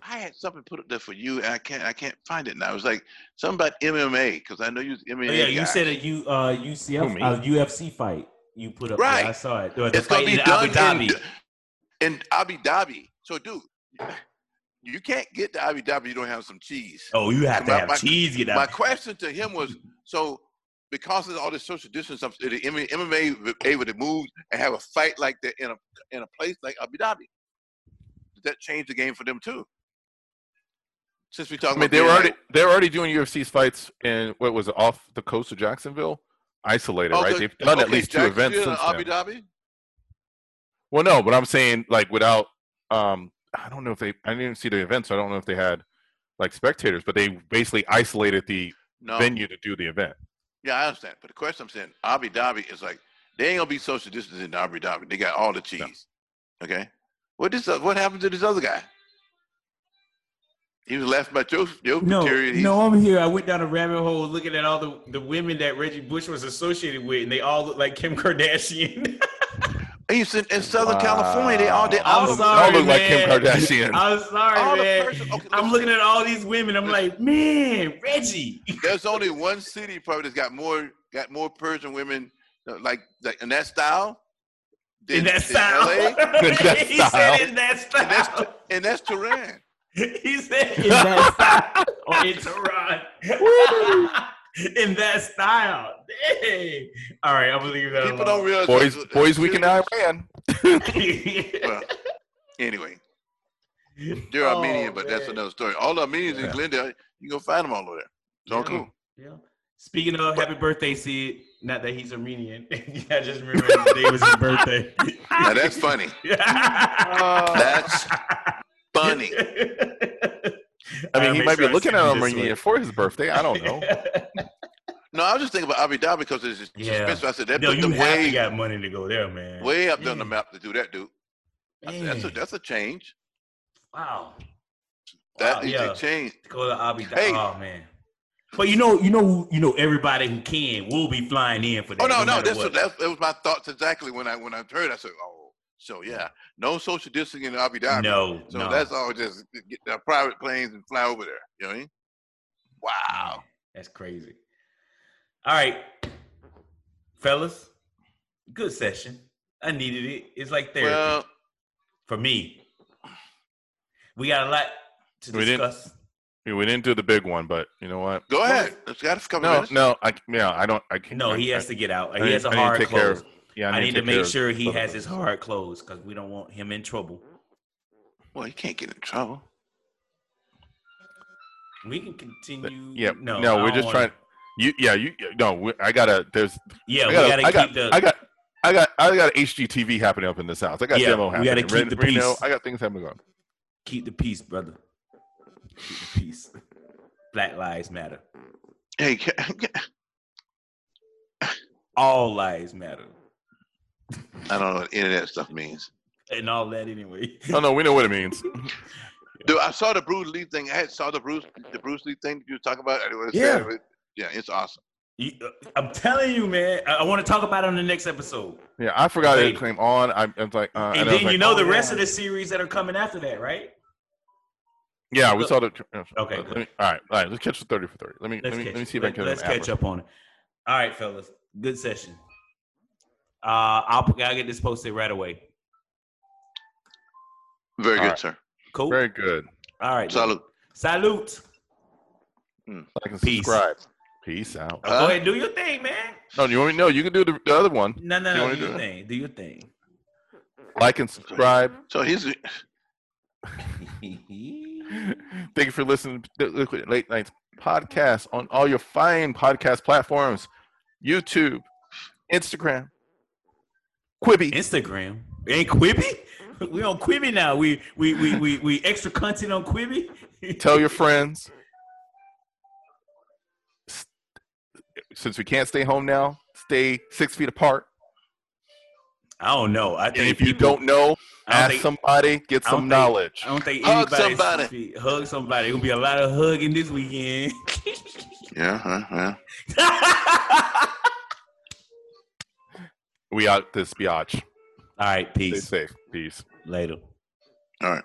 Speaker 3: I had something put up there for you, and I can't, I can't find it now. It was like something about MMA because I know you was MMA.
Speaker 2: Oh, yeah, you
Speaker 3: guy.
Speaker 2: said a U, uh, UCF,
Speaker 1: Who, me?
Speaker 2: uh, UFC fight you put up.
Speaker 3: Right.
Speaker 2: There. I saw it. The
Speaker 3: it's
Speaker 2: fight
Speaker 3: gonna be
Speaker 2: in Abu
Speaker 3: done in,
Speaker 2: Dhabi.
Speaker 3: in Abu Dhabi. So, dude, you can't get to Abu Dhabi. You don't have some cheese.
Speaker 2: Oh, you have to
Speaker 3: My-
Speaker 2: have
Speaker 3: my-
Speaker 2: cheese. Get
Speaker 3: My
Speaker 2: out.
Speaker 3: question to him was, so because of all this social distance, stuff, the M- MMA was able to move and have a fight like that in a in a place like Abu Dhabi. Did that change the game for them too? Since we talking
Speaker 1: I mean,
Speaker 3: about
Speaker 1: they were
Speaker 3: being
Speaker 1: already
Speaker 3: like-
Speaker 1: they were already doing UFC's fights in what was it, off the coast of Jacksonville, isolated,
Speaker 3: Oh,
Speaker 1: right?
Speaker 3: the-
Speaker 1: They've done at
Speaker 3: okay,
Speaker 1: least two
Speaker 3: Jacksonville
Speaker 1: events
Speaker 3: and
Speaker 1: since
Speaker 3: Abu
Speaker 1: then.
Speaker 3: Dhabi.
Speaker 1: Well, no, but I'm saying like without, um, I don't know if they, I didn't see the event, so I don't know if they had like spectators, but they basically isolated the
Speaker 3: No,
Speaker 1: venue to do the event.
Speaker 3: yeah, I understand. But the question I'm saying, Abu Dhabi is like they ain't gonna be social distancing in Abu Dhabi. They got all the cheese. Okay, what this? What happened to this other guy? He was laughing about your your
Speaker 2: No,
Speaker 3: material. He's-
Speaker 2: no, I'm here. I went down a rabbit hole looking at all the, the women that Reggie Bush was associated with, and they all look like Kim Kardashian.
Speaker 3: He's in, in Southern California. They all they
Speaker 1: Wow.
Speaker 3: all
Speaker 2: I'm
Speaker 3: of-
Speaker 1: They all
Speaker 2: sorry,
Speaker 1: look like Kim
Speaker 2: man.
Speaker 1: Kardashian.
Speaker 2: I'm sorry,
Speaker 3: all the
Speaker 2: man.
Speaker 3: person- okay,
Speaker 2: I'm
Speaker 3: listen.
Speaker 2: looking at all these women. I'm like, man, Reggie.
Speaker 3: There's only one city probably that's got more got more Persian women uh, like like in that style.
Speaker 2: In
Speaker 3: than-
Speaker 2: that
Speaker 3: than
Speaker 2: style.
Speaker 3: LA,
Speaker 1: that
Speaker 2: he said
Speaker 1: style.
Speaker 2: in that
Speaker 3: and that's
Speaker 2: style.
Speaker 3: and that's Tehran.
Speaker 2: He said in that style. Or in Tehran. in that style. Dang. All right, I'm gonna leave that
Speaker 3: People don't
Speaker 2: alone.
Speaker 3: realize
Speaker 1: Boys,
Speaker 3: that's-
Speaker 1: boys, week in Iran.
Speaker 3: Well, anyway, they're
Speaker 2: Oh,
Speaker 3: Armenian, but that's
Speaker 2: man.
Speaker 3: another story. All the Armenians in
Speaker 1: Yeah.
Speaker 3: Glendale, you gonna find them all over there. It's all
Speaker 2: Yeah.
Speaker 3: cool.
Speaker 2: Yeah. Speaking of, happy birthday, Sid. Not that he's Armenian. yeah, I just remember today was his birthday.
Speaker 3: Now that's funny. Uh, That's funny.
Speaker 1: I mean, he might be looking at Armenia for his birthday. I don't know.
Speaker 3: No, I was just thinking about Abu Dhabi because it's just
Speaker 2: Yeah.
Speaker 3: expensive. I said that
Speaker 2: No,
Speaker 3: put
Speaker 2: you
Speaker 3: them
Speaker 2: have to
Speaker 3: way
Speaker 2: got money to go there, man.
Speaker 3: way up down the
Speaker 2: Man,
Speaker 3: map to do that, dude. I said, that's a
Speaker 2: man.
Speaker 3: that's a change.
Speaker 2: wow.
Speaker 3: That
Speaker 2: Wow,
Speaker 3: is
Speaker 2: yeah.
Speaker 3: a change.
Speaker 2: Go to Abu Dhabi.
Speaker 3: Hey.
Speaker 2: Oh man. But you know, you know, you know, everybody who can will be flying in for that.
Speaker 3: Oh no, no,
Speaker 2: matter
Speaker 3: that's
Speaker 2: what.
Speaker 3: what, that's, that was my thoughts exactly when I when I heard. I said, oh, so yeah, no social distancing in Abu Dhabi.
Speaker 2: no,
Speaker 3: so
Speaker 2: no.
Speaker 3: that's all just get their private planes and fly over there. You know what I mean? Wow.
Speaker 2: That's crazy. All right, fellas, good session. I needed it. It's like therapy
Speaker 3: Well,
Speaker 2: for me. We got a lot to
Speaker 1: We didn't-
Speaker 2: discuss.
Speaker 1: I mean, we didn't do the big one, but you know what?
Speaker 3: go ahead. Let's got a couple
Speaker 1: No,
Speaker 3: minutes.
Speaker 1: no, I yeah, I don't. I can't.
Speaker 2: No,
Speaker 1: I,
Speaker 2: he has
Speaker 1: I-
Speaker 2: to get out.
Speaker 1: I
Speaker 2: He has
Speaker 1: need-
Speaker 2: a
Speaker 1: I need to
Speaker 2: hard
Speaker 1: take care
Speaker 2: close.
Speaker 1: of- yeah,
Speaker 2: I need to
Speaker 1: take care
Speaker 2: make
Speaker 1: of
Speaker 2: sure he
Speaker 1: both of
Speaker 2: has his
Speaker 1: us.
Speaker 2: hard closed because we don't want him in trouble.
Speaker 3: Well, he can't get in trouble.
Speaker 2: We can continue.
Speaker 1: yeah,
Speaker 2: no,
Speaker 1: no,
Speaker 2: I
Speaker 1: we're
Speaker 2: don't
Speaker 1: just
Speaker 2: wanna-
Speaker 1: trying. You, yeah, you. No, we, I gotta. There's.
Speaker 2: Yeah,
Speaker 1: I
Speaker 2: we
Speaker 1: gotta.
Speaker 2: gotta
Speaker 1: I
Speaker 2: keep
Speaker 1: got.
Speaker 2: the.
Speaker 1: I got. I got. I got HGTV happening up in this house. I got
Speaker 2: Yeah,
Speaker 1: demo
Speaker 2: we
Speaker 1: happening.
Speaker 2: gotta keep the
Speaker 1: Reno,
Speaker 2: peace.
Speaker 1: I got things happening going.
Speaker 2: keep the peace, brother. Keep the peace. Black lives matter.
Speaker 3: Hey, ca-
Speaker 2: All lives matter,
Speaker 3: I don't know what internet stuff means.
Speaker 2: and all that anyway.
Speaker 1: Oh no, we know what it means.
Speaker 3: Dude, I saw the Bruce Lee thing. I had saw the Bruce the Bruce Lee thing that you were talking about. I didn't wanna say
Speaker 2: Yeah.
Speaker 3: it, but yeah, it's awesome.
Speaker 2: You, uh, I'm telling you, man. I, want to talk about it on the next episode,
Speaker 1: Yeah, I forgot
Speaker 2: Wait.
Speaker 1: it came on. I, I was like, uh,
Speaker 2: and
Speaker 1: I was
Speaker 2: then you
Speaker 1: like,
Speaker 2: know
Speaker 1: oh,
Speaker 2: the
Speaker 1: yeah.
Speaker 2: rest of the series that are coming after that, right?
Speaker 1: Yeah, we
Speaker 2: Look.
Speaker 1: saw the. uh,
Speaker 2: Okay,
Speaker 1: Let
Speaker 2: good.
Speaker 1: me, all right, all right. Let's catch the thirty for thirty. Let me let
Speaker 2: Let's
Speaker 1: me
Speaker 2: catch.
Speaker 1: let me see if I
Speaker 2: let,
Speaker 1: can.
Speaker 2: us catch up on it. All right, fellas. Good session. Uh, I'll I'll get this posted right away.
Speaker 3: Very
Speaker 1: All
Speaker 3: good,
Speaker 1: right.
Speaker 3: sir.
Speaker 2: Cool.
Speaker 1: Very good.
Speaker 2: All right. then.
Speaker 3: Salute.
Speaker 2: Salute.
Speaker 1: Like and
Speaker 2: Peace.
Speaker 1: subscribe. Peace out.
Speaker 2: Go
Speaker 3: Huh?
Speaker 2: ahead, do your thing, man.
Speaker 1: No, you want me? No, you can do the, the other one.
Speaker 2: No, no,
Speaker 1: You
Speaker 2: no.
Speaker 1: wanna
Speaker 2: Do your
Speaker 1: do it?
Speaker 2: thing. Do your thing.
Speaker 1: Like and subscribe.
Speaker 3: So he's
Speaker 1: Thank you for listening to Liquid Late Nights podcast on all your fine podcast platforms YouTube, Instagram, Quibi.
Speaker 2: Instagram and Quibi. We on Quibi now. We we we we, we extra content on Quibi.
Speaker 1: Tell your friends. S- Since we can't stay home now, stay six feet apart.
Speaker 2: I don't know. I
Speaker 1: And
Speaker 2: think
Speaker 1: if you
Speaker 2: people-
Speaker 1: don't know,
Speaker 2: I don't
Speaker 1: ask
Speaker 2: think-
Speaker 1: somebody, get
Speaker 2: I don't
Speaker 1: some
Speaker 2: think-
Speaker 1: knowledge.
Speaker 2: I don't think
Speaker 3: Hug
Speaker 2: anybody
Speaker 3: somebody.
Speaker 2: should hug somebody. Gonna be a lot of hugging this weekend.
Speaker 3: yeah, huh, yeah.
Speaker 2: All
Speaker 1: we out this biatch.
Speaker 2: right,
Speaker 1: Stay
Speaker 2: peace.
Speaker 1: safe. Peace.
Speaker 2: Later.
Speaker 3: All right.